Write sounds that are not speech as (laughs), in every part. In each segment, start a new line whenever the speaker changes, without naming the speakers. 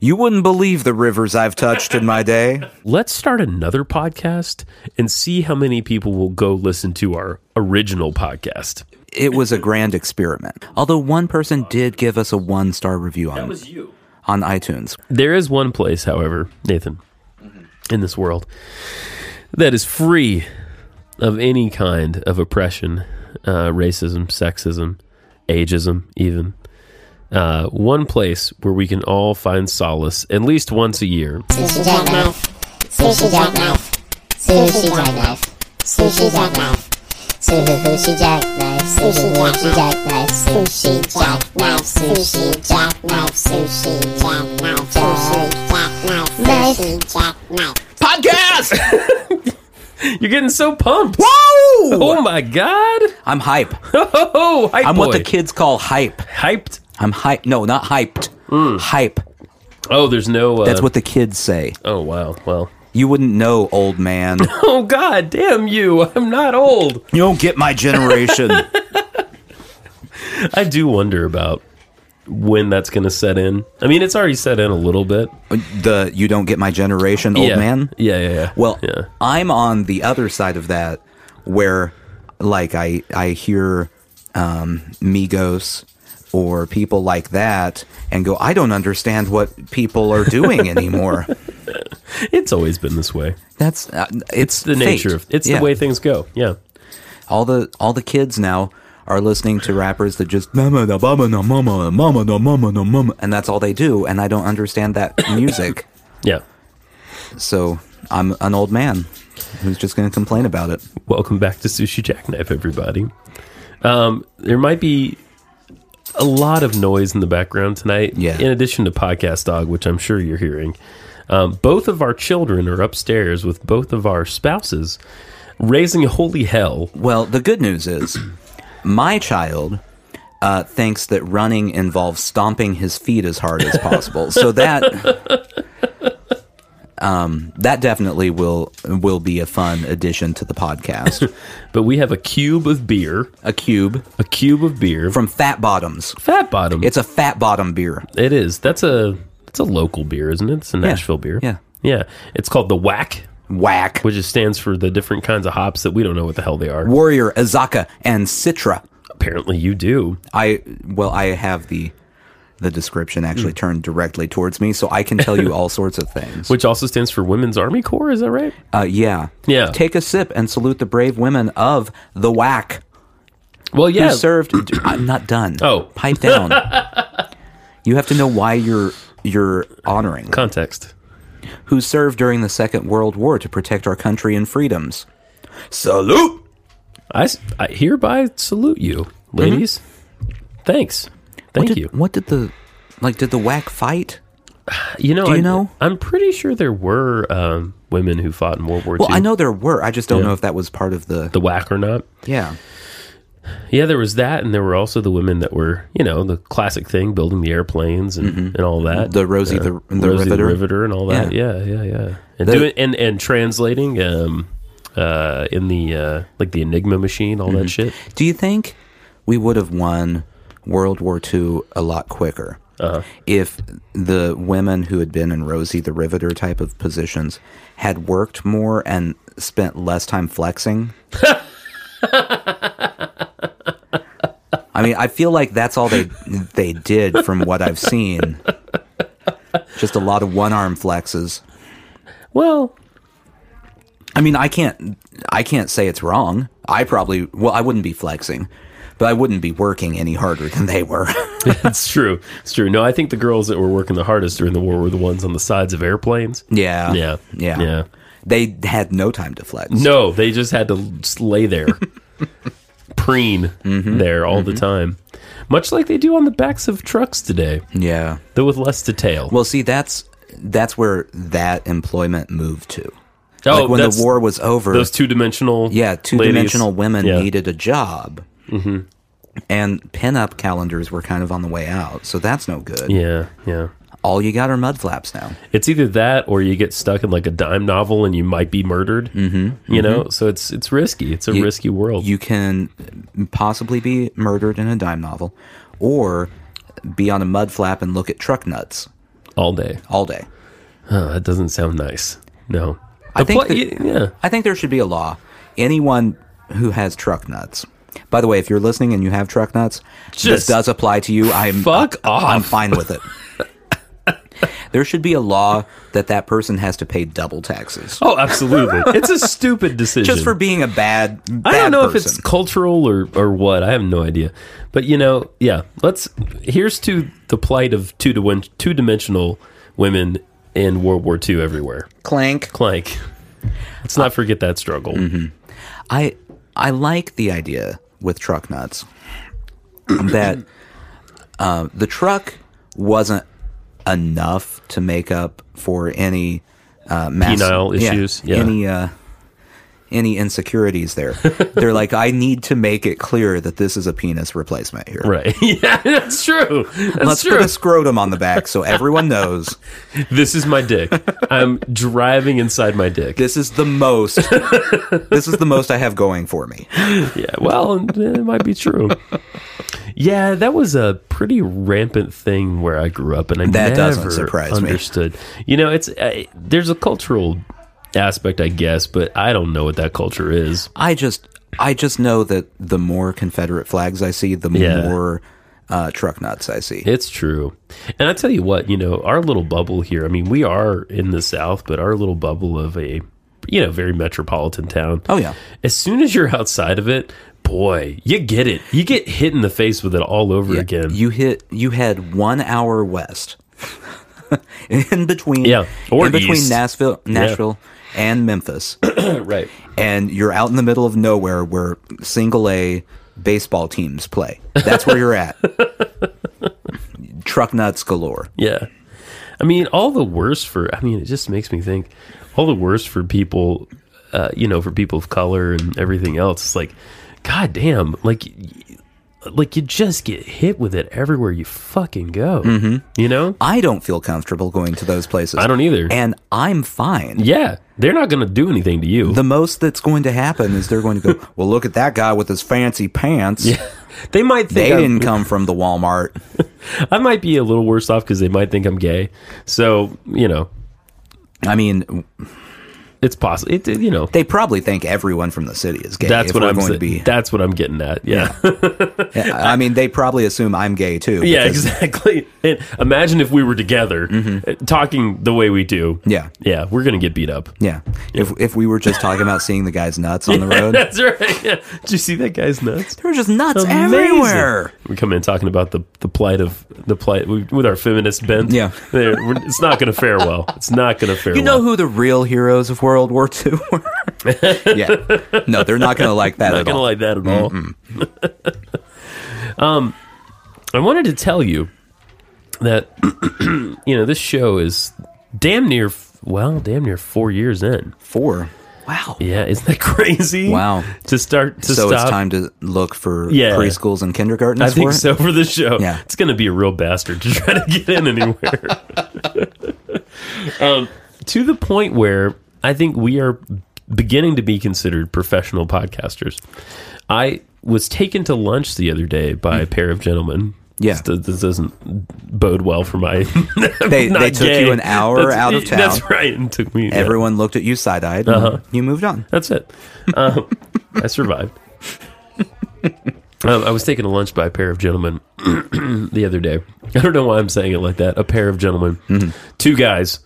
You wouldn't believe the rivers I've touched in my day.
Let's start another podcast and see how many people will go listen to our original podcast.
It was a grand experiment. Although one person did give us a one star review on,
you.
on iTunes.
There is one place, however, Nathan,
Mm-hmm.
in this world that is free of any kind of oppression, uh, racism, sexism, ageism, even. Uh, one place where we can all find solace at least once a year.
Sushi jackknife. Sushi jackknife. Sushi jackknife. Sushi jackknife. Sushi jackknife. Sushi jackknife. Sushi jackknife. Sushi jackknife. Sushi jackknife. Sushi jackknife. Sushi jackknife.
Podcast!
(laughs) You're getting so pumped.
Whoa!
Oh my God.
I'm hype.
Oh, hype
I'm what
boy.
the kids call hype.
hyped.
I'm hype. No, not hyped. Hype.
Oh, there's no. Mm. Uh,
That's what the kids say.
Oh wow. Well.
You wouldn't know, old
(laughs)
man.
Oh God, damn you! I'm not old.
you don't get my generation.
(laughs) I do wonder about when that's going to set in. I mean, it's already set in a little bit.
the you don't get my generation, old
yeah.
man.
Yeah, yeah, yeah.
Well,
yeah.
I'm on the other side of that, where like I I hear um, Migos or people like that, and go, I don't understand what people are
(laughs)
doing anymore.
It's always been this way.
That's uh, it's,
The
fate.
nature of it's
Yeah.
the way things go. Yeah.
all the all the kids now are listening to rappers that just mama da mama da mama da mama da mama da mama, and that's all they do. And I don't understand that (coughs) music.
Yeah.
So I'm an old man who's just going to complain about it.
Welcome back to Sushi Jackknife, everybody. Um, there might be a lot of noise in the background tonight.
Yeah.
In addition to Podcast Dog, which I'm sure you're hearing, um, both of our children are upstairs with both of our spouses, raising holy hell.
Well, the good news is my child uh, thinks that running involves stomping his feet as hard as possible. so that. (laughs) Um, that definitely will will be a fun addition to the podcast.
But we have a cube of beer,
a cube
a cube of beer
from Fat Bottoms.
Fat Bottom.
It's a Fat Bottom beer.
It is. That's a that's a local beer, isn't it? It's a Nashville beer.
yeah.
Yeah. It's called the Whack,
Whack.
which is stands for the different kinds of hops that we don't know what the hell they are.
Warrior, Azaka, and Citra.
Apparently you do.
I well, I have the the description actually turned directly towards me, so I can tell you all sorts of things.
Which also stands for Women's Army Corps, is that right?
Uh, yeah,
Yeah.
Take a sip and salute the brave women of the whack
Well
who
yeah.
served. Dude, I'm not done.
Oh.
pipe
(laughs)
down. you have to know why you're you're honoring
Context.
who served during the Second World War to protect our country and freedoms. Salute.
I, s- I hereby salute you, ladies. Thanks.
Mm-hmm. What
Thank
did,
you.
What did the like? Did the whack fight?
You know,
you
I'm,
know?
I'm pretty sure there were um, women who fought in World War
Well,
II.
I know there were. I just don't know if that was part of the.
the whack or not.
yeah.
Yeah, there was that, and there were also the women that were, you know, the classic thing, building the airplanes and, and all that.
Mm-hmm. The Rosie the- the
Rosie
Riveter.
and all that. Yeah, yeah, yeah. And
The-
doing and and translating um uh in the uh like the Enigma machine, all that shit.
Do you think we would have won World War II a lot quicker if the women who had been in Rosie the Riveter type of positions had worked more and spent less time flexing? I mean, I feel like that's all they they did from what I've seen. Just a lot of one arm flexes.
Well,
I mean, I can't I can't say it's wrong. I probably well, I wouldn't be flexing, but I wouldn't be working any harder than they were. (laughs)
it's true. It's true. No, I think the girls that were working the hardest during the war were the ones on the sides of airplanes.
yeah.
Yeah.
Yeah.
Yeah.
They had no time to flex.
No, they just had to just lay there,
(laughs)
preen
Mm-hmm.
there all the time, much like they do on the backs of trucks today,
Yeah.
though with less detail.
Well, see, that's that's where that employment moved to.
oh,
like when the
that's-
war was over,
those two dimensional,
yeah, two-dimensional women
Yeah.
needed a job. Mm-hmm. And pinup calendars were kind of on the way out, so that's no good.
Yeah, yeah.
All you got are mud flaps now.
It's either that or you get stuck in like a dime novel and you might be murdered. Mm-hmm, you know, so it's it's risky. It's a risky world.
you can possibly be murdered in a dime novel or be on a mud flap and look at truck nuts.
all day.
all day.
Oh, that doesn't sound nice. No.
I
The
think
pla-
that-
yeah.
I think there should be a law. Anyone who has truck nuts. By the way, if you're listening and you have truck nuts, this
Just
does apply to you. I'm
fuck
I'm
off.
fine with
(laughs)
it. there should be a law that that person has to pay double taxes (laughs)
Oh, absolutely. it's a stupid decision.
just for being a bad.
I don't
bad
know if
person.
it's cultural or, or what. I have no idea. But you know, yeah. Let's here's to the plight of two to win, two dimensional women in World War II everywhere.
clank.
Clank. Let's not forget that struggle.
Mm-hmm. I I like the idea with truck nuts (coughs) that uh, the truck wasn't enough to make up for any uh, mass,
Penile issues, yeah.
any uh, any insecurities
(laughs)
there. They're like, I need to make it clear that this is a penis replacement here.
Right. (laughs) yeah, that's true. That's
Let's
true.
put a scrotum on the back so
(laughs)
everyone knows
This is my dick. I'm driving inside my dick.
this is the most. this is the most I have going for me.
Yeah, well, and it might be true. Yeah, that was a pretty rampant thing where I grew up, and I
That
never
doesn't surprise me.
understood. You know, it's uh, there's a cultural aspect, I guess, but I don't know what that culture is.
I just I just know that the more Confederate flags I see, the
Yeah.
more uh, truck nuts I see.
It's true, and I tell you what, you know, our little bubble here. I mean, we are in the South, but our little bubble of a you know very metropolitan town.
Oh yeah,
as soon as you're outside of it, boy, you get it. You get hit in the face with it all over again.
you hit you head one hour west (laughs) in between
Yeah, or
in between
east.
Nashville Nashville and Memphis,
(laughs)
(coughs)
right.
and you're out in the middle of nowhere where single A baseball teams play. That's where you're
(laughs)
at. truck nuts galore.
Yeah. I mean, all the worse for, I mean, it just makes me think, all the worse for people, uh, you know, for people of color and everything else. It's like, God damn, like, y- like you just get hit with it everywhere you fucking go.
Mm-hmm.
You know?
I don't feel comfortable going to those places.
I don't either.
and I'm fine.
yeah. They're not going to do anything to you.
the most that's going to happen is they're going to
(laughs)
go, well, look at that guy with his fancy pants.
they might
They
think I'm-
didn't come from the Walmart.
I might be a little worse off because they might think I'm gay. So, you know,
I mean,
it's possible. It, it- you know,
they probably think everyone from the city is gay.
that's
if
what
we're
I'm
going
sa-
to be.
That's what I'm getting at. Yeah.
I mean, they probably assume I'm gay too.
Yeah,
because- Mm-hmm.
exactly. And imagine if we were together uh, talking the way we do.
Yeah.
Yeah, we're going to get beat up. (laughs)
Yeah. If, if we were just talking about seeing the guy's nuts on the road,
That's right. Yeah. Did you see that guy's nuts?
there (laughs) were just nuts
Amazing.
everywhere.
We come in talking about the, the plight of the plight we, with our feminist bent. (laughs)
Yeah.
They're- we're- it's not going to fare well. It's not going to fare
You
well.
know who the real heroes of World War II (laughs)
(laughs)
were? yeah. No, they're not going to like that
not
at
gonna
all.
like that at all. um, (laughs) I wanted to tell you that (clears throat) you know this show is damn near f- well, damn near four years in.
Four. Wow.
Yeah, isn't that (laughs) crazy?
Wow.
To start to
So
stop.
it's time to look for
Yeah.
preschools and kindergartens
I
for
think
it?
so for the show.
Yeah.
It's going to be a real bastard to try to get in anywhere. (laughs) um, to the point where I think we are beginning to be considered professional podcasters. I was taken to lunch the other day by a pair of gentlemen.
Mm. Yeah.
This, does- this doesn't bode well for my. (laughs)
They,
not
they took
gay.
you an hour
(laughs) That's-
out of town.
That's right. And took me. yeah. Uh-huh.
Everyone looked at you side eyed. You moved on.
That's it. Um, I survived. um, I was taken to lunch by a pair of gentlemen (clears throat) the other day. I don't know why I'm saying it like that. A pair of gentlemen, two guys,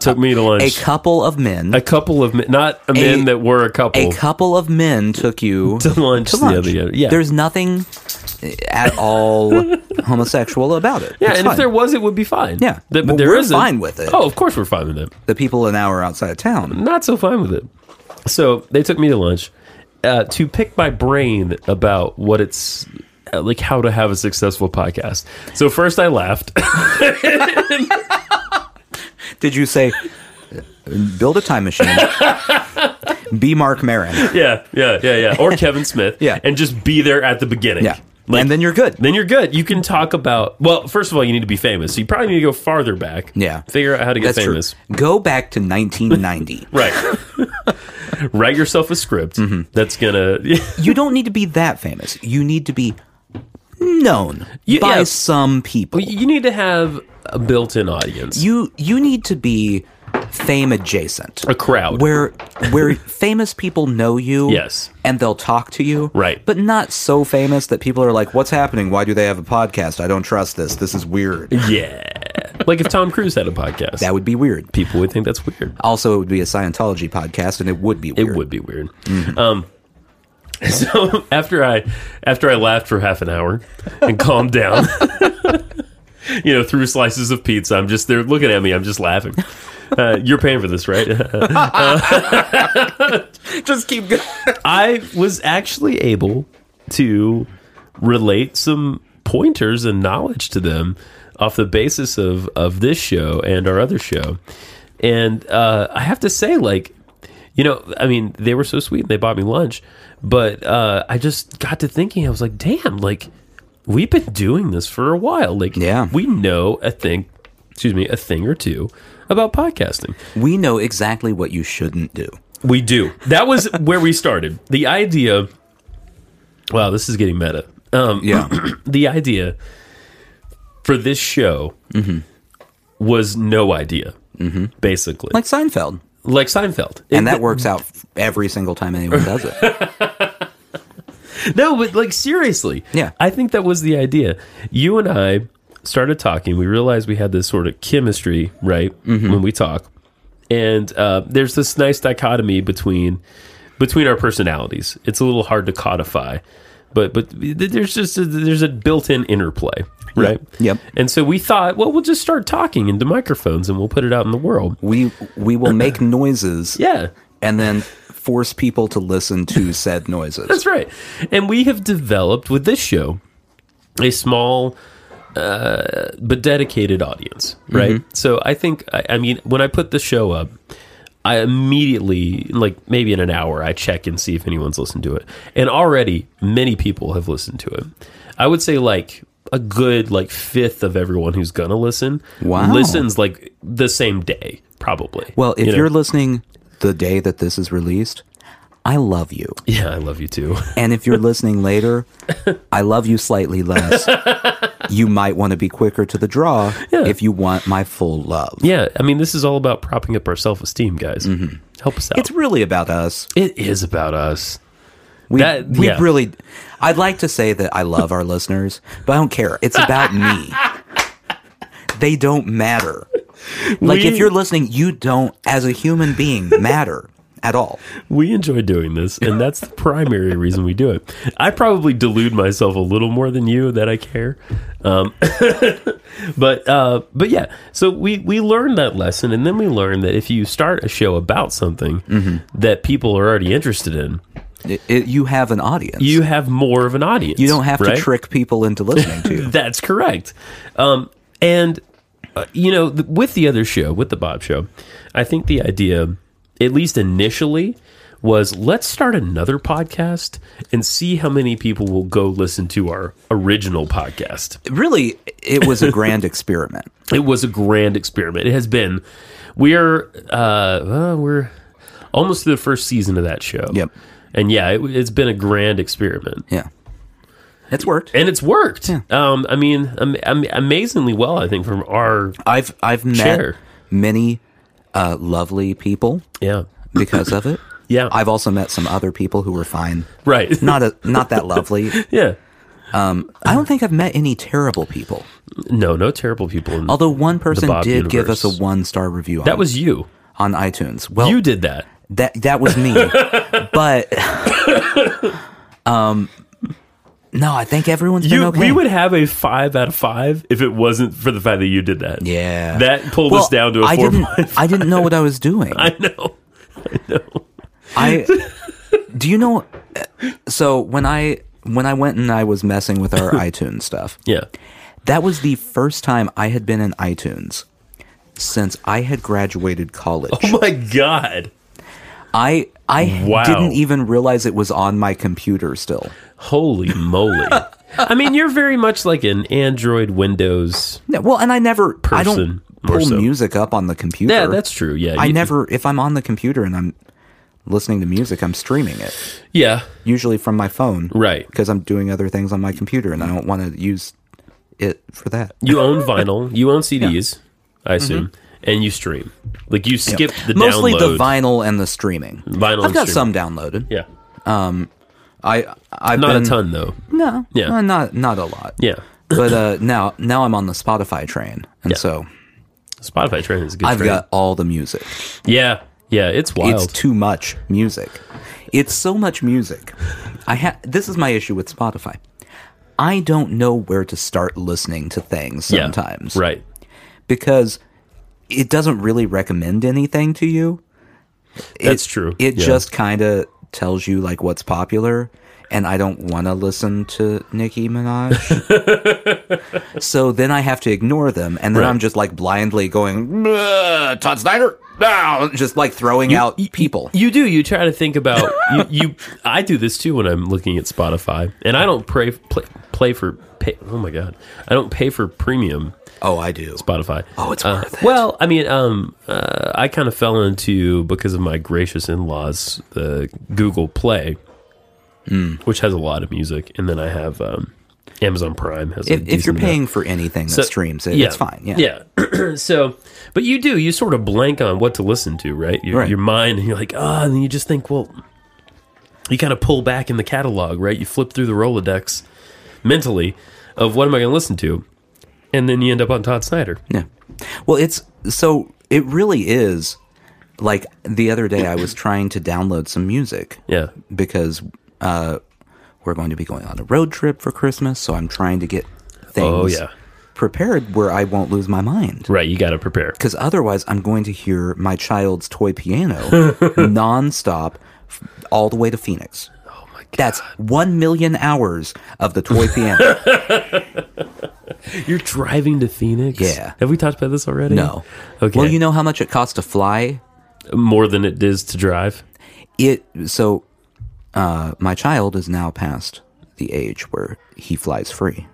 took me to
Mm-hmm. Uh-huh. A
lunch.
couple of men.
A, couple of men, not a men that were a couple.
a couple of men took you
(laughs) To lunch the other day, yeah.
There's nothing eh, at
(laughs)
all homosexual about it.
yeah,
It's
and if
fine.
there was, it would be fine.
Yeah.
Th- but
Well,
there
we're
isn't.
fine with it.
Oh, of course we're fine with it.
the people an hour outside of town.
not so fine with it. So they took me to lunch uh, to pick my brain about what it's uh, like, how to have a successful podcast. So first I laughed. (laughs)
Did you
(laughs)
say build a time machine? be Mark Marin.
yeah, yeah, yeah, yeah.
(laughs)
Or Kevin Smith.
Yeah.
and just be there at the beginning.
Yeah.
Like,
and then you're good.
then you're good. You can talk about well. First of all, you need to be famous. So you probably need to go farther back.
Yeah.
figure out how to get
That's
famous.
true. Go back to 1990.
Right. (laughs) Write
Mm-hmm.
yourself a script that's gonna.
you don't need to be that famous. You need to be known
You-
by
yeah.
some people.
Well, You need to have a built-in audience.
you you need to be fame adjacent
A crowd.
where where famous people know you
Yes.
and they'll talk to you
Right.
but not so famous that people are like what's happening why do they have a podcast i don't trust this this is weird
yeah. like if Tom Cruise had a podcast,
that would be weird
people would think that's weird.
also it would be a scientology podcast and it would be
It
weird
would be weird. Um, (laughs) so after I after I laughed for half an hour and calmed down, (laughs) you know, through slices of pizza, I'm just they're looking at me. I'm just laughing. Uh, you're paying for this, right? (laughs)
just keep going
I was actually able to relate some pointers and knowledge to them off the basis of of this show and our other show. And uh, I have to say, like, you know, I mean, they were so sweet and they bought me lunch, but uh, I just got to thinking, I was like, damn, like, we've been doing this for a while. Like,
Yeah.
we know a thing, excuse me, a thing or two about podcasting.
we know exactly what you shouldn't
(clears throat)
do
We do. That was where we started. The idea. Wow, this is getting meta. Um,
yeah
the idea for this show
Mm-hmm.
was no idea, mm-hmm. basically,
like seinfeld
like Seinfeld.
and
It-
that works out every single time anyone does it
No, but like seriously.
Yeah.
I think that was the idea. You and I started talking. We realized we had this sort of chemistry, right?
Mm-hmm.
When we talk. And uh, there's this nice dichotomy between between our personalities. It's a little hard to codify, but but there's just a, there's a built-in interplay, right?
Yep.
And so we thought, well, we'll just start talking into microphones and we'll put it out in the world.
we we
(coughs)
will make noises
Yeah.
and then force people to listen
(laughs)
to said noises
That's right. And we have developed with this show a small uh, but dedicated audience, right?
Mm-hmm.
So I think, I, I mean, when I put the show up, I immediately, like maybe in an hour, I check and see if anyone's listened to it. And already many people have listened to it. I would say like a good like fifth of everyone who's going to listen
Wow.
listens like the same day, probably.
Well, if
You know?
you're listening the day that this is released, I love you.
(laughs) yeah, I love you too.
And if
(laughs)
you're listening later, I love you slightly less. you might want to be quicker to the draw if you want my full love.
Yeah, I mean, this is all about propping up our self esteem, guys. Help us out.
Mm-hmm. It's really about us.
it is about us.
We,
That-
we
yeah.
really, I'd like to say that I love our (laughs) listeners, but I don't care. It's about me. They don't matter. Like, if
We-
you're listening, you don't, as a human
(laughs)
being, matter at all.
We enjoy doing
(laughs)
this, and that's the primary reason we do it. I probably delude myself a little more than you that I care, um, (laughs) but uh, but yeah. So we we learned that lesson, and then we learned that if you start a show about something
Mm-hmm.
that people are already interested in,
It, it, you have an audience.
you have more of an audience.
You don't have
right?
to trick people into listening to
(laughs)
you.
That's correct. Um, and uh, you know, th- with the other show, with the Bob show, I think the idea, at least initially, was let's start another podcast and see how many people will go listen to our original podcast.
Really, it was a grand experiment.
It was a grand experiment. It has been. We are uh, well, we're almost through the first season of that show.
Yep.
And yeah, it, it's been a grand experiment.
Yeah. It's worked.
And it's worked. Um, I mean, am- am- amazingly well, I think, from our
I've I've met
Sure.
many uh, lovely people
yeah.
because of it.
Yeah.
I've also met some other people who were fine.
Right.
(laughs) Not a, not that lovely.
(laughs) yeah.
I don't think I've met any terrible people.
No, no terrible people. In,
Although one person
Bob
did give us
universe.
a one star review on,
that was you.
on iTunes. Well,
You did that.
that that was
(laughs)
me. but (laughs) um, no, I think everyone's been
You,
okay.
We would have a five out of five if it wasn't for the fact that you did that.
Yeah.
That pulled us down to a
I
four
didn't,
point-
(laughs) I didn't know what I was doing. I,
(laughs) I know. (laughs)
do you know uh, so when I when I went and I was messing with
(laughs)
our iTunes stuff,
Yeah.
that was the first time I had been in iTunes since I had graduated college.
Oh my god.
I I
Wow.
didn't even realize it was on my computer still.
Holy moly. I mean, you're very much like an Android Windows.
No, well, and I never I
Person,
don't
more
pull
so.
music up on the computer.
Yeah, that's true. Yeah.
I
you-
never if I'm on the computer and I'm listening to music, I'm streaming it,
Yeah.
usually from my phone.
Right.
Because I'm doing other things on my computer and I don't want to use it for that.
You own vinyl.
(laughs)
You own CDs, I assume, and you stream. Like you skip the
Mm-hmm. Mostly
download.
the vinyl and the streaming.
Vinyl
I've
and
got some
streaming.
downloaded.
Yeah.
I I've
Not
been,
a ton though.
No.
Yeah.
no, not not a lot.
Yeah.
(coughs) but uh, now now I'm on the Spotify train, and so
Spotify train is a good.
I've
train.
got all the music.
Yeah. Yeah. It's wild.
It's too much music. It's so much music. I ha- this is my issue with Spotify. I don't know where to start listening to things
yeah.
sometimes
Right.
because it doesn't really recommend anything to you.
That's
It-
true.
It
Yeah.
just kind of tells you like what's popular, and I don't want to listen to Nicki
(laughs)
Minaj. so then I have to ignore them, and then
Right.
I'm just like blindly going "Ugh, Todd Snyder, no, just like throwing out people.
You do. You try to think about you, you. I do this too when I'm looking at Spotify, and I don't pray, play play for. Pay, oh my god, I don't pay for premium
oh, I do.
Spotify.
Oh, it's
Uh,
worth it.
Well, I mean, um, uh, I kind of fell into because of my gracious in-laws the Google Play,
Hmm.
which has a lot of music, and then I have um, Amazon Prime has. a
If, if
decent
you're
amount.
paying for anything that
So-
streams, it,
yeah.
it's fine. Yeah.
Yeah. (clears throat) so, but you do, you sort of blank on what to listen to, right? Your,
Right.
your mind, and you're like, ah, and then you just think, well, you kind of pull back in the catalog, right? You flip through the Rolodex mentally of what am I going to listen to? And then you end up on Todd Snyder.
Yeah. Well, it's so it really is like the other day I was trying to download some music.
Yeah.
because uh, we're going to be going on a road trip for Christmas, so I'm trying to get things
Oh, yeah.
prepared where I won't lose my mind.
Right. You got to prepare.
Because otherwise, I'm going to hear my child's toy
(laughs)
piano nonstop f- all the way to Phoenix. Oh my God. That's one million hours of the toy
(laughs)
piano.
You're driving to Phoenix.
Yeah.
Have we talked about this already?
No.
Okay.
Well, you know how much it costs to fly?
more than it is to drive.
It so uh, my child is now past the age where he flies free.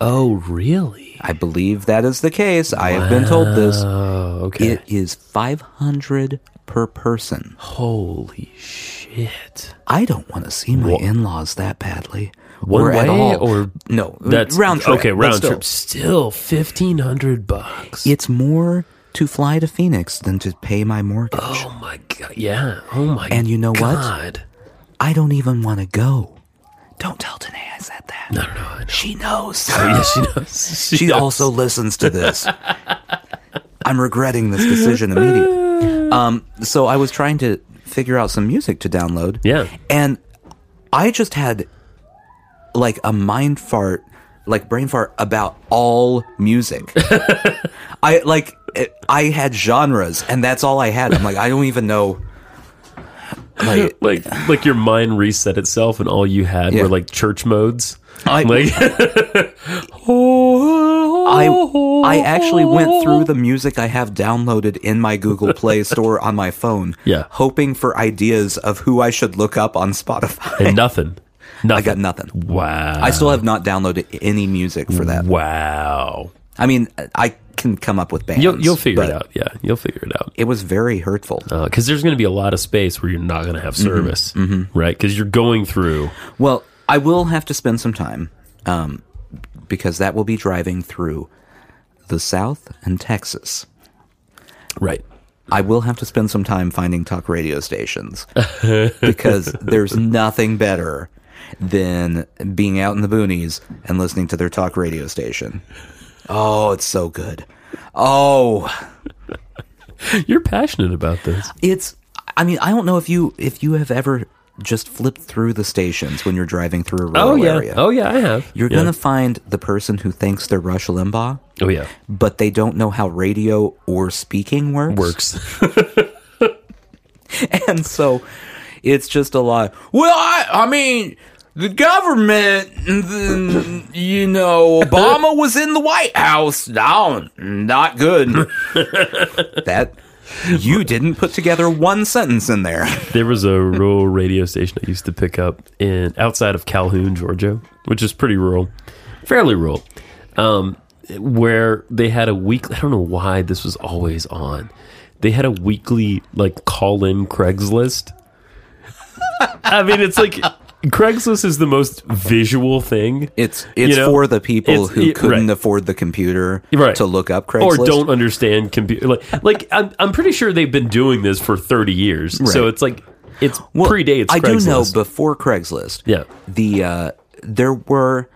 Oh, really?
I believe that is the case. I have been told this.
Oh, okay.
It is 500 per person.
Holy shit.
I don't want to see my in-laws that badly.
One
at
way
all.
or-
no,
That's
round trip.
Okay,
but
round
still.
trip. Still fifteen hundred bucks.
It's more to fly to Phoenix than to pay my mortgage.
oh my god. Yeah. Oh my.
And you know what? (laughs)
god.
I don't even want to go. Don't tell Danae I said that.
what? No, no, I know.
She knows.
(laughs) Yeah, she (laughs) knows.
she
knows.
also listens to
(laughs)
this. I'm regretting this decision immediately. Um, so I was trying to figure out some music to download.
Yeah.
And I just had like a mind fart, like brain fart about all
(laughs)
music. I like it- I had genres and that's all I had. I'm like I don't even know like
Like, like your mind reset itself, and all you had
Yeah.
were like church
(laughs)
modes.
I
Like,
I I actually went through
(laughs)
the music I have downloaded in my Google Play store on my phone,
(laughs) Yeah.
hoping for ideas of who I should look up on Spotify. (laughs)
and nothing. Nothing.
I got nothing.
Wow.
I still have not downloaded any music for that.
Wow.
I mean, I can come up with bands.
You'll, you'll figure
but
it out. Yeah, you'll figure it out.
It was very hurtful.
Because there's going to be a lot of space where you're not going to
Mm-hmm.
have service, right? Because you're going through.
Well, I will have to spend some time um, because that will be driving through the South and Texas.
Right.
I will have to spend some time finding talk radio stations (laughs) because there's nothing better than being out in the boonies and listening to their talk radio station. Oh, it's so good. Oh,
You're passionate about this.
it's I mean, I don't know if you if you have ever just flipped through the stations when you're driving through a rural area.
Oh, yeah, I have.
You're
Yeah.
going to find the person who thinks they're Rush Limbaugh,
Oh, yeah.
but they don't know how radio or speaking works.
Works.
(laughs) and so it's just a lot. Well, I, I mean, the government, the, you know, Obama was in the White House. No, not
(laughs)
good. that you didn't put together one sentence in there.
(laughs) there was a rural radio station I used to pick up in outside of Calhoun, Georgia, which is pretty rural, fairly rural, um, where they had a weekly. I don't know why this was always on. They had a weekly like call in Craigslist I mean, it's like Craigslist is the most visual thing.
It's it's
You know,
for the people
it's-
who
yeah,
couldn't
right.
afford the computer
Right.
to look up
or
Craigslist
don't understand computer. Like, like I'm, I'm pretty sure they've been doing this for 30 years. So
Right.
it's like it's
Well,
predates.
I do know
Craigslist.
before Craigslist,
Yeah.
the uh, there were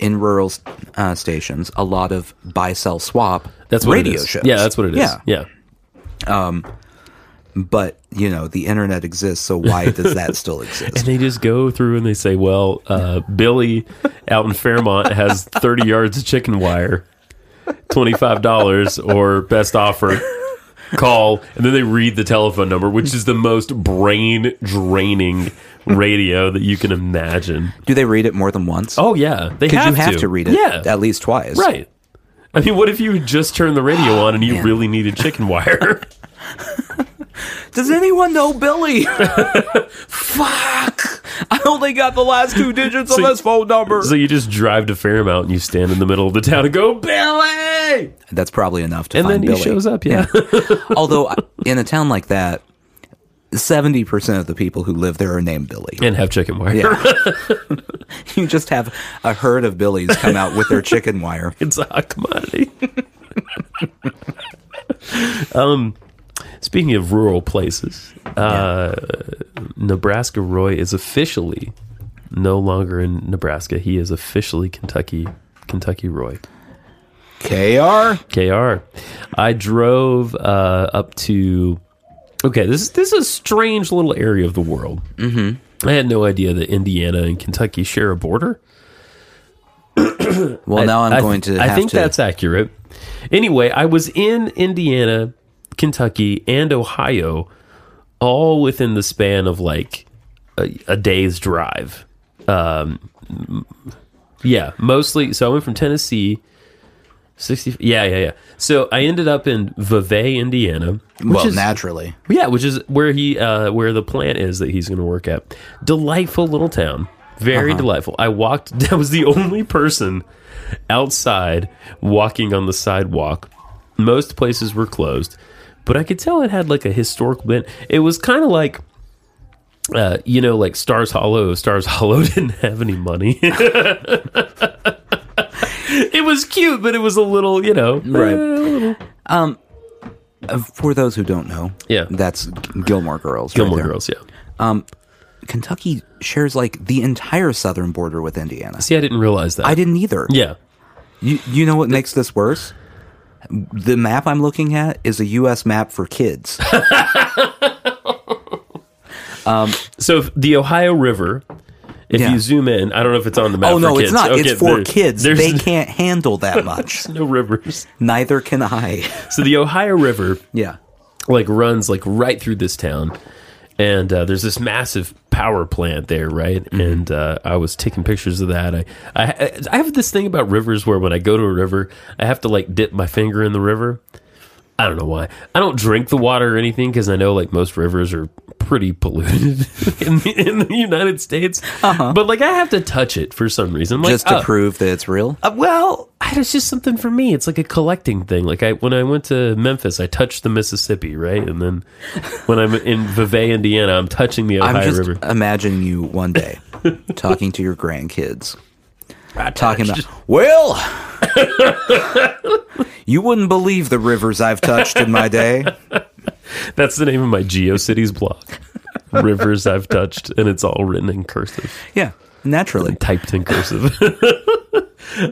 in rural uh, stations a lot of buy sell swap
that's what
radio
it is.
shows.
Yeah, that's what it is.
Yeah.
yeah.
but you know the internet exists, so why does
(laughs)
that still exist?
And they just go through and they say, well, uh, Billy out in Fairmont has 30 yards of chicken wire, $25 or best offer. Call and then they read the telephone number, which is the most brain draining radio that you can imagine.
Do they read it more than once?
Oh yeah, they
Because
have
you have to. read it
Yeah,
at least twice.
right. I mean, what if you just turned the radio on and you
Ah, Man.
really needed chicken
(laughs)
wire?
Does anyone know
(laughs)
Billy? Fuck! I only got the last two digits
So-
of this phone number.
so you just drive to Fairmount and you stand in the middle of the town and go Billy,
That's probably enough to
and
find
then
Billy.
he shows up. Yeah,
(laughs) Although in a town like that, seventy percent of the people who live there are named Billy.
and have chicken wire.
Yeah. (laughs) you just have a herd of Billies come out with their chicken wire.
(laughs) it's a hot commodity. (laughs) um, speaking of rural places, uh, Nebraska Roy is officially no longer in Nebraska. He is officially Kentucky. Kentucky Roy.
Kr.
KR. I drove uh, up to. Okay, this is this is a strange little area of the world. Mm-hmm. I had no idea that Indiana and Kentucky share a border.
Well, now I'm
I th-
going to.
I
have
think
to,
that's accurate. Anyway, I was in Indiana, Kentucky, and Ohio, all within the span of like a, a day's drive. Um, m- yeah, mostly. So I went from Tennessee. 60 yeah yeah yeah so i ended up in vevey indiana which
well,
is
naturally.
yeah, which is where he uh, where the plant is that he's going to work at. Delightful little town, very
Uh-huh.
delightful. I walked. (laughs) I was the only person outside walking on the sidewalk. Most places were closed, but I could tell it had like a historical bent. It was kind of like. Uh, you know, like Stars Hollow. Stars (laughs) Hollow didn't have any money. (laughs) it was cute, but it was a little, you know,
Right.
eh, a little
Uh, um, For those who don't know,
Yeah.
that's Gilmore Girls. right
Gilmore
there.
Girls. Yeah.
Kentucky shares like the entire southern border with Indiana.
See, I didn't realize that.
I didn't either.
yeah.
You, you know what makes this worse? The map I'm looking at is a U.S. map for kids.
So if the Ohio River, if
Yeah.
you zoom in, I don't know if it's on the map.
oh
for
no,
kids.
it's not.
Okay,
it's for
there-
kids.
There's (laughs)
They can't handle that much.
no rivers.
Neither can I.
So the Ohio River
Yeah.
like runs like right through this town, and uh, there's this massive power plant there, right?
Mm-hmm.
And uh, I was taking pictures of that. I, I I have this thing about rivers where when I go to a river, I have to like dip my finger in the river. I don't know why. I don't drink the water or anything because I know like most rivers are pretty polluted (laughs) in, the, in the United States. But like I have to touch it for some reason. I'm like,
Uh-huh. Just to
"Oh,
prove that it's real.
uh, well, I- it's just something for me. It's like a collecting thing. Like I, when I went to Memphis, I touched the Mississippi, right? And then when I'm in Vevey, Indiana, I'm touching the Ohio
I'm just
River.
imagining you one
(laughs)
day talking to your grandkids,
I
uh, talking
(laughs) touched-
about, well, (laughs) you wouldn't believe the rivers I've touched in my
(laughs)
day.
that's the name of my GeoCities blog.
(laughs)
Rivers I've touched, and it's all written in cursive.
Yeah, naturally.
typed in cursive. (laughs) um,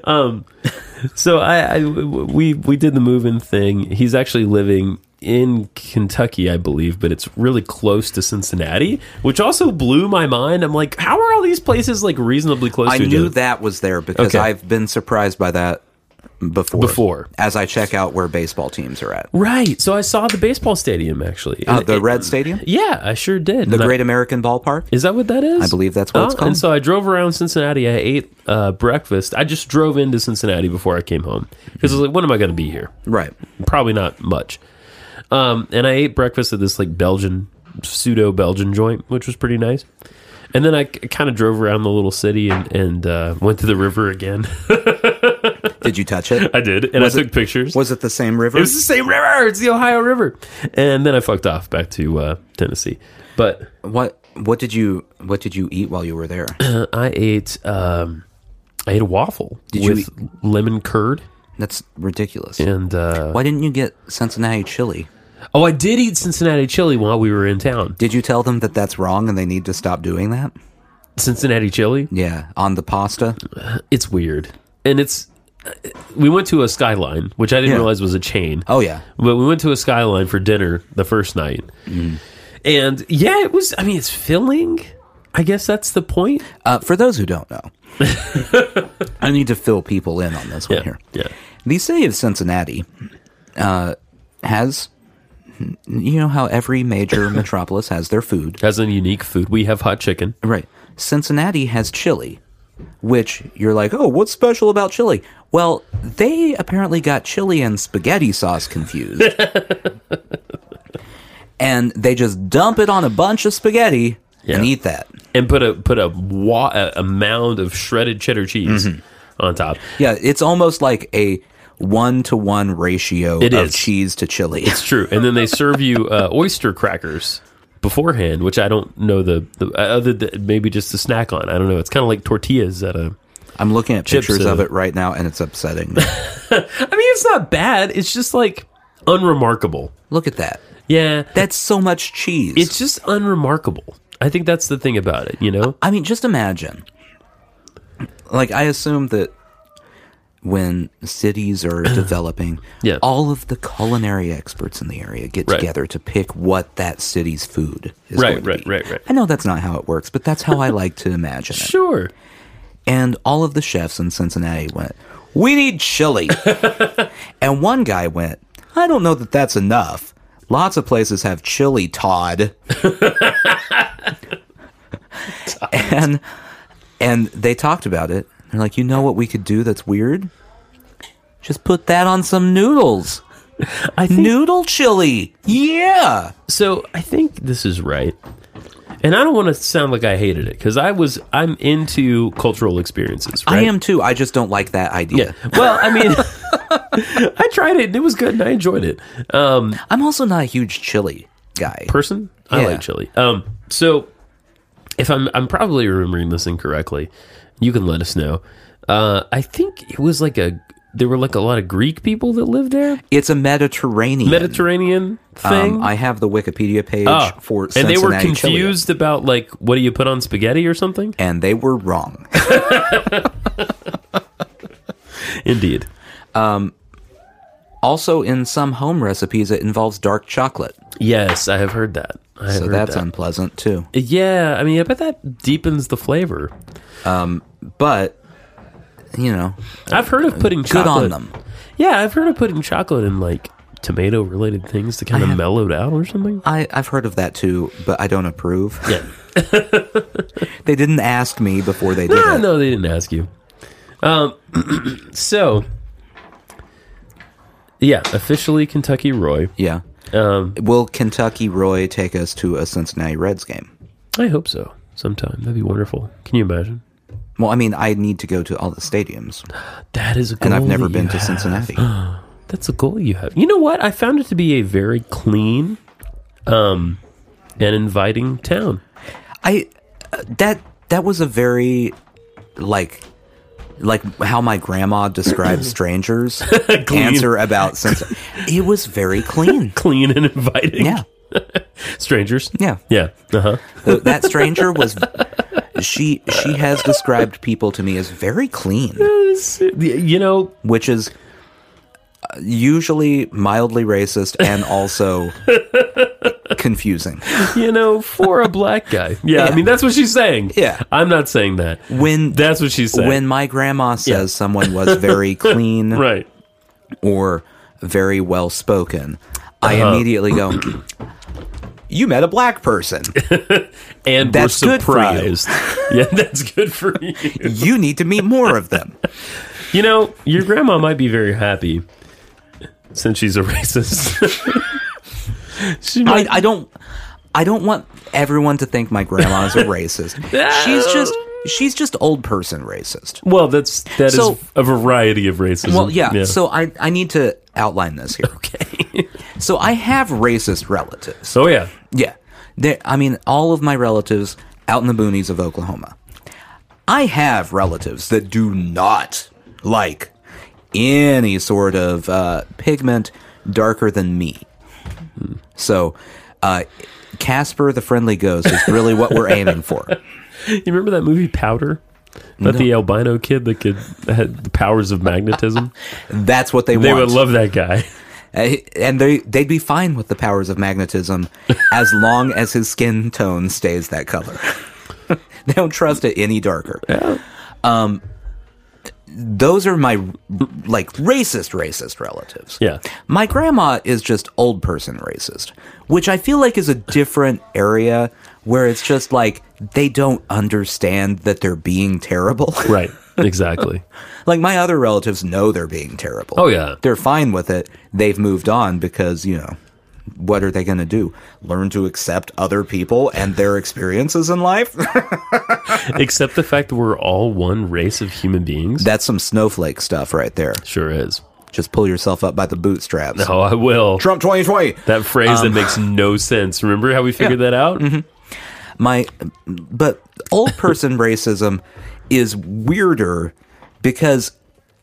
so I, I we we did the move in thing. He's actually living in Kentucky, I believe, but it's really close to Cincinnati, which also blew my mind. I'm like, how are all these places like reasonably close
I
to each
knew
other?
that was there because
Okay.
I've been surprised by that before.
Before.
As I check out where baseball teams are at.
Right. So I saw the baseball stadium actually.
Uh,
And
the
it-
Red Stadium?
yeah, I sure did.
The
And I-
Great American Ballpark?
Is that what that is?
I believe that's what it's
Oh,
called.
And so I drove around Cincinnati. I ate uh, breakfast. I just drove into Cincinnati before I came home because I was like, when am I going to be here?
Right.
probably not much. Um, and I ate breakfast at this like Belgian pseudo Belgian joint, which was pretty nice. And then I kind of drove around the little city and, and uh, went to the river again.
Did you touch it?
(laughs) I did, and
Was
I
it-
took pictures.
Was it the same river?
it was the same river. It's the Ohio River. And then I fucked off back to uh, Tennessee. But
what? What did you What did you eat while you were
(clears throat)
there?
I ate um, I ate a waffle
Did you
with lemon curd
That's ridiculous.
and uh,
Why didn't you get Cincinnati chili?
oh, I did eat Cincinnati chili while we were in town.
Did you tell them that that's wrong and they need to stop doing that?
Cincinnati chili,
Yeah, on the pasta.
it's weird, and it's we went to a Skyline, which I didn't
Yeah.
realize was a chain.
Oh yeah,
But we went to a skyline for dinner the first night. And yeah, it was I mean it's filling. I guess that's the point.
Uh, for those who don't (laughs) know, I need to fill people in on this one
Yeah,
here.
yeah.
The city of Cincinnati uh, has, you know, how every (coughs) major metropolis has their food.
Has a unique food. We have hot chicken.
Right. Cincinnati has chili, which you're like, oh, what's special about chili? Well, they apparently got chili and spaghetti sauce
(laughs)
confused. and they just dump it on a bunch of spaghetti
Yeah.
and eat that.
And put a put a wa- a- a mound of shredded cheddar cheese on top.
Yeah, it's almost like a one to one ratio
It
of
is.
cheese to chili.
It's true. And then they serve you uh, (laughs) oyster crackers beforehand, which I don't know the, the other th- maybe just a snack on. I don't know. It's kind of like tortillas at a
I'm looking at
Chips
pictures
in
of
it.
it right now, and it's upsetting.
(laughs)
me.
I mean, it's not bad. It's just like unremarkable.
Look at that.
Yeah.
That's so much cheese.
It's just unremarkable. I think that's the thing about it, you know?
I mean, just imagine. Like, I assume that when cities
(clears throat)
are developing,
Yeah.
all of the culinary experts in the area get
Right.
together to pick what that city's food is.
Right,
going to
right,
be.
right, right.
I know that's not how it works, but that's how I like to imagine it.
Sure.
And all of the chefs in Cincinnati went, We need
(laughs)
chili. and one guy went, I don't know that that's enough. Lots of places have chili, Todd.
(laughs)
and and they talked about it. They're like, you know what we could do that's weird? Just put that on some noodles.
I think
Noodle chili. Yeah.
so. I think this is right, and I don't want to sound like I hated it because I was. I'm into cultural experiences. Right?
I am too. I just don't like that idea.
Yeah. Well, I mean, (laughs) I tried it and it was good and I enjoyed it. Um,
I'm also not a huge chili guy.
person, I
Yeah.
like chili. Um, so if I'm I'm probably remembering this incorrectly, you can let us know. Uh, I think it was like a there were like a lot of Greek people that lived there.
It's a Mediterranean.
Mediterranean thing.
Um, I have the Wikipedia page
Ah,
for
and they were
Cincinnati chili.
confused about like what do you put on spaghetti or something?
and they were wrong. (laughs)
Indeed.
also, in some home recipes, it involves dark chocolate,
Yes, I have heard that. I have
so
heard
that's
that.
unpleasant too.
yeah. I mean, I bet that deepens the flavor.
But you know,
I've heard of putting
good
chocolate
on them.
Yeah, I've heard of putting chocolate in like tomato related things to kind of mellow it out or something.
I, I've heard of that too, but I don't approve.
Yeah.
(laughs)
(laughs)
They didn't ask me before they did
Ah,
it.
no, they didn't ask you. Um, (clears throat) so yeah, officially Kentucky Roy.
Yeah.
Um,
Will Kentucky Roy take us to a Cincinnati Reds game?
I hope so. Sometime that'd be wonderful. Can you imagine?
Well, I mean, I need to go to all the stadiums,
That is a goal.
and I've never
that
been
you
to
have. (laughs)
Cincinnati.
That's a goal you have. You know what? I found it to be a very clean, um, and inviting town.
I uh, that that was a very like like how my grandma
(clears throat)
describes
(laughs)
strangers answer about since it was very
(laughs)
clean.
Clean and inviting.
Yeah.
Strangers.
Yeah.
Yeah. Uh huh.
Th- That stranger was she she has described people to me as very clean,
You know,
which is uh, usually mildly racist and
(laughs)
also confusing.
you know, for a black guy. Yeah, I
Yeah.
mean that's what she's saying.
Yeah.
I'm not saying that.
When
That's what she's saying.
when my grandma says
Yeah.
someone was very clean
(laughs) right.
or very well spoken, I immediately go, You met a black person.
And
That's
we're
good for you.
surprised. (laughs) yeah, that's good for you.
You need to meet more of them.
You know, your grandma might be very happy since she's a racist. (laughs) she
I,
might
I don't I don't want everyone to think my grandma is a racist. She's just she's just old person racist.
Well, that's that is
So-
a variety of racism.
Well, yeah, so I, I need to outline this here.
okay.
So I have racist relatives.
So oh, yeah.
Yeah. There, I mean, all of my relatives out in the boonies of Oklahoma. I have relatives that do not like any sort of uh, pigment darker than me. So, uh, Casper the Friendly Ghost is really what we're aiming for.
You remember that movie Powder? About the albino kid that could had the powers of magnetism.
That's what they,
they
want.
would love that guy. (laughs)
Uh, and they they'd be fine with the powers of magnetism as long as his skin tone stays that color. (laughs) they don't trust it any darker. Um, those are my like racist racist relatives.
Yeah.
My grandma is just old person racist, which I feel like is a different area where it's just like they don't understand that they're being terrible. (laughs)
Right. Exactly.
Like my other relatives know they're being terrible.
Oh, yeah.
They're fine with it. They've moved on because, you know, what are they going to do? Learn to accept other people and their experiences in life? (laughs)
Except the fact that we're all one race of human beings.
That's some snowflake stuff right there.
sure is.
Just pull yourself up by the bootstraps.
Oh, I will.
Trump 2020.
That phrase
Um,
that makes no sense. Remember how we figured that out?
Mm-hmm. My but
(laughs)
old person racism is weirder because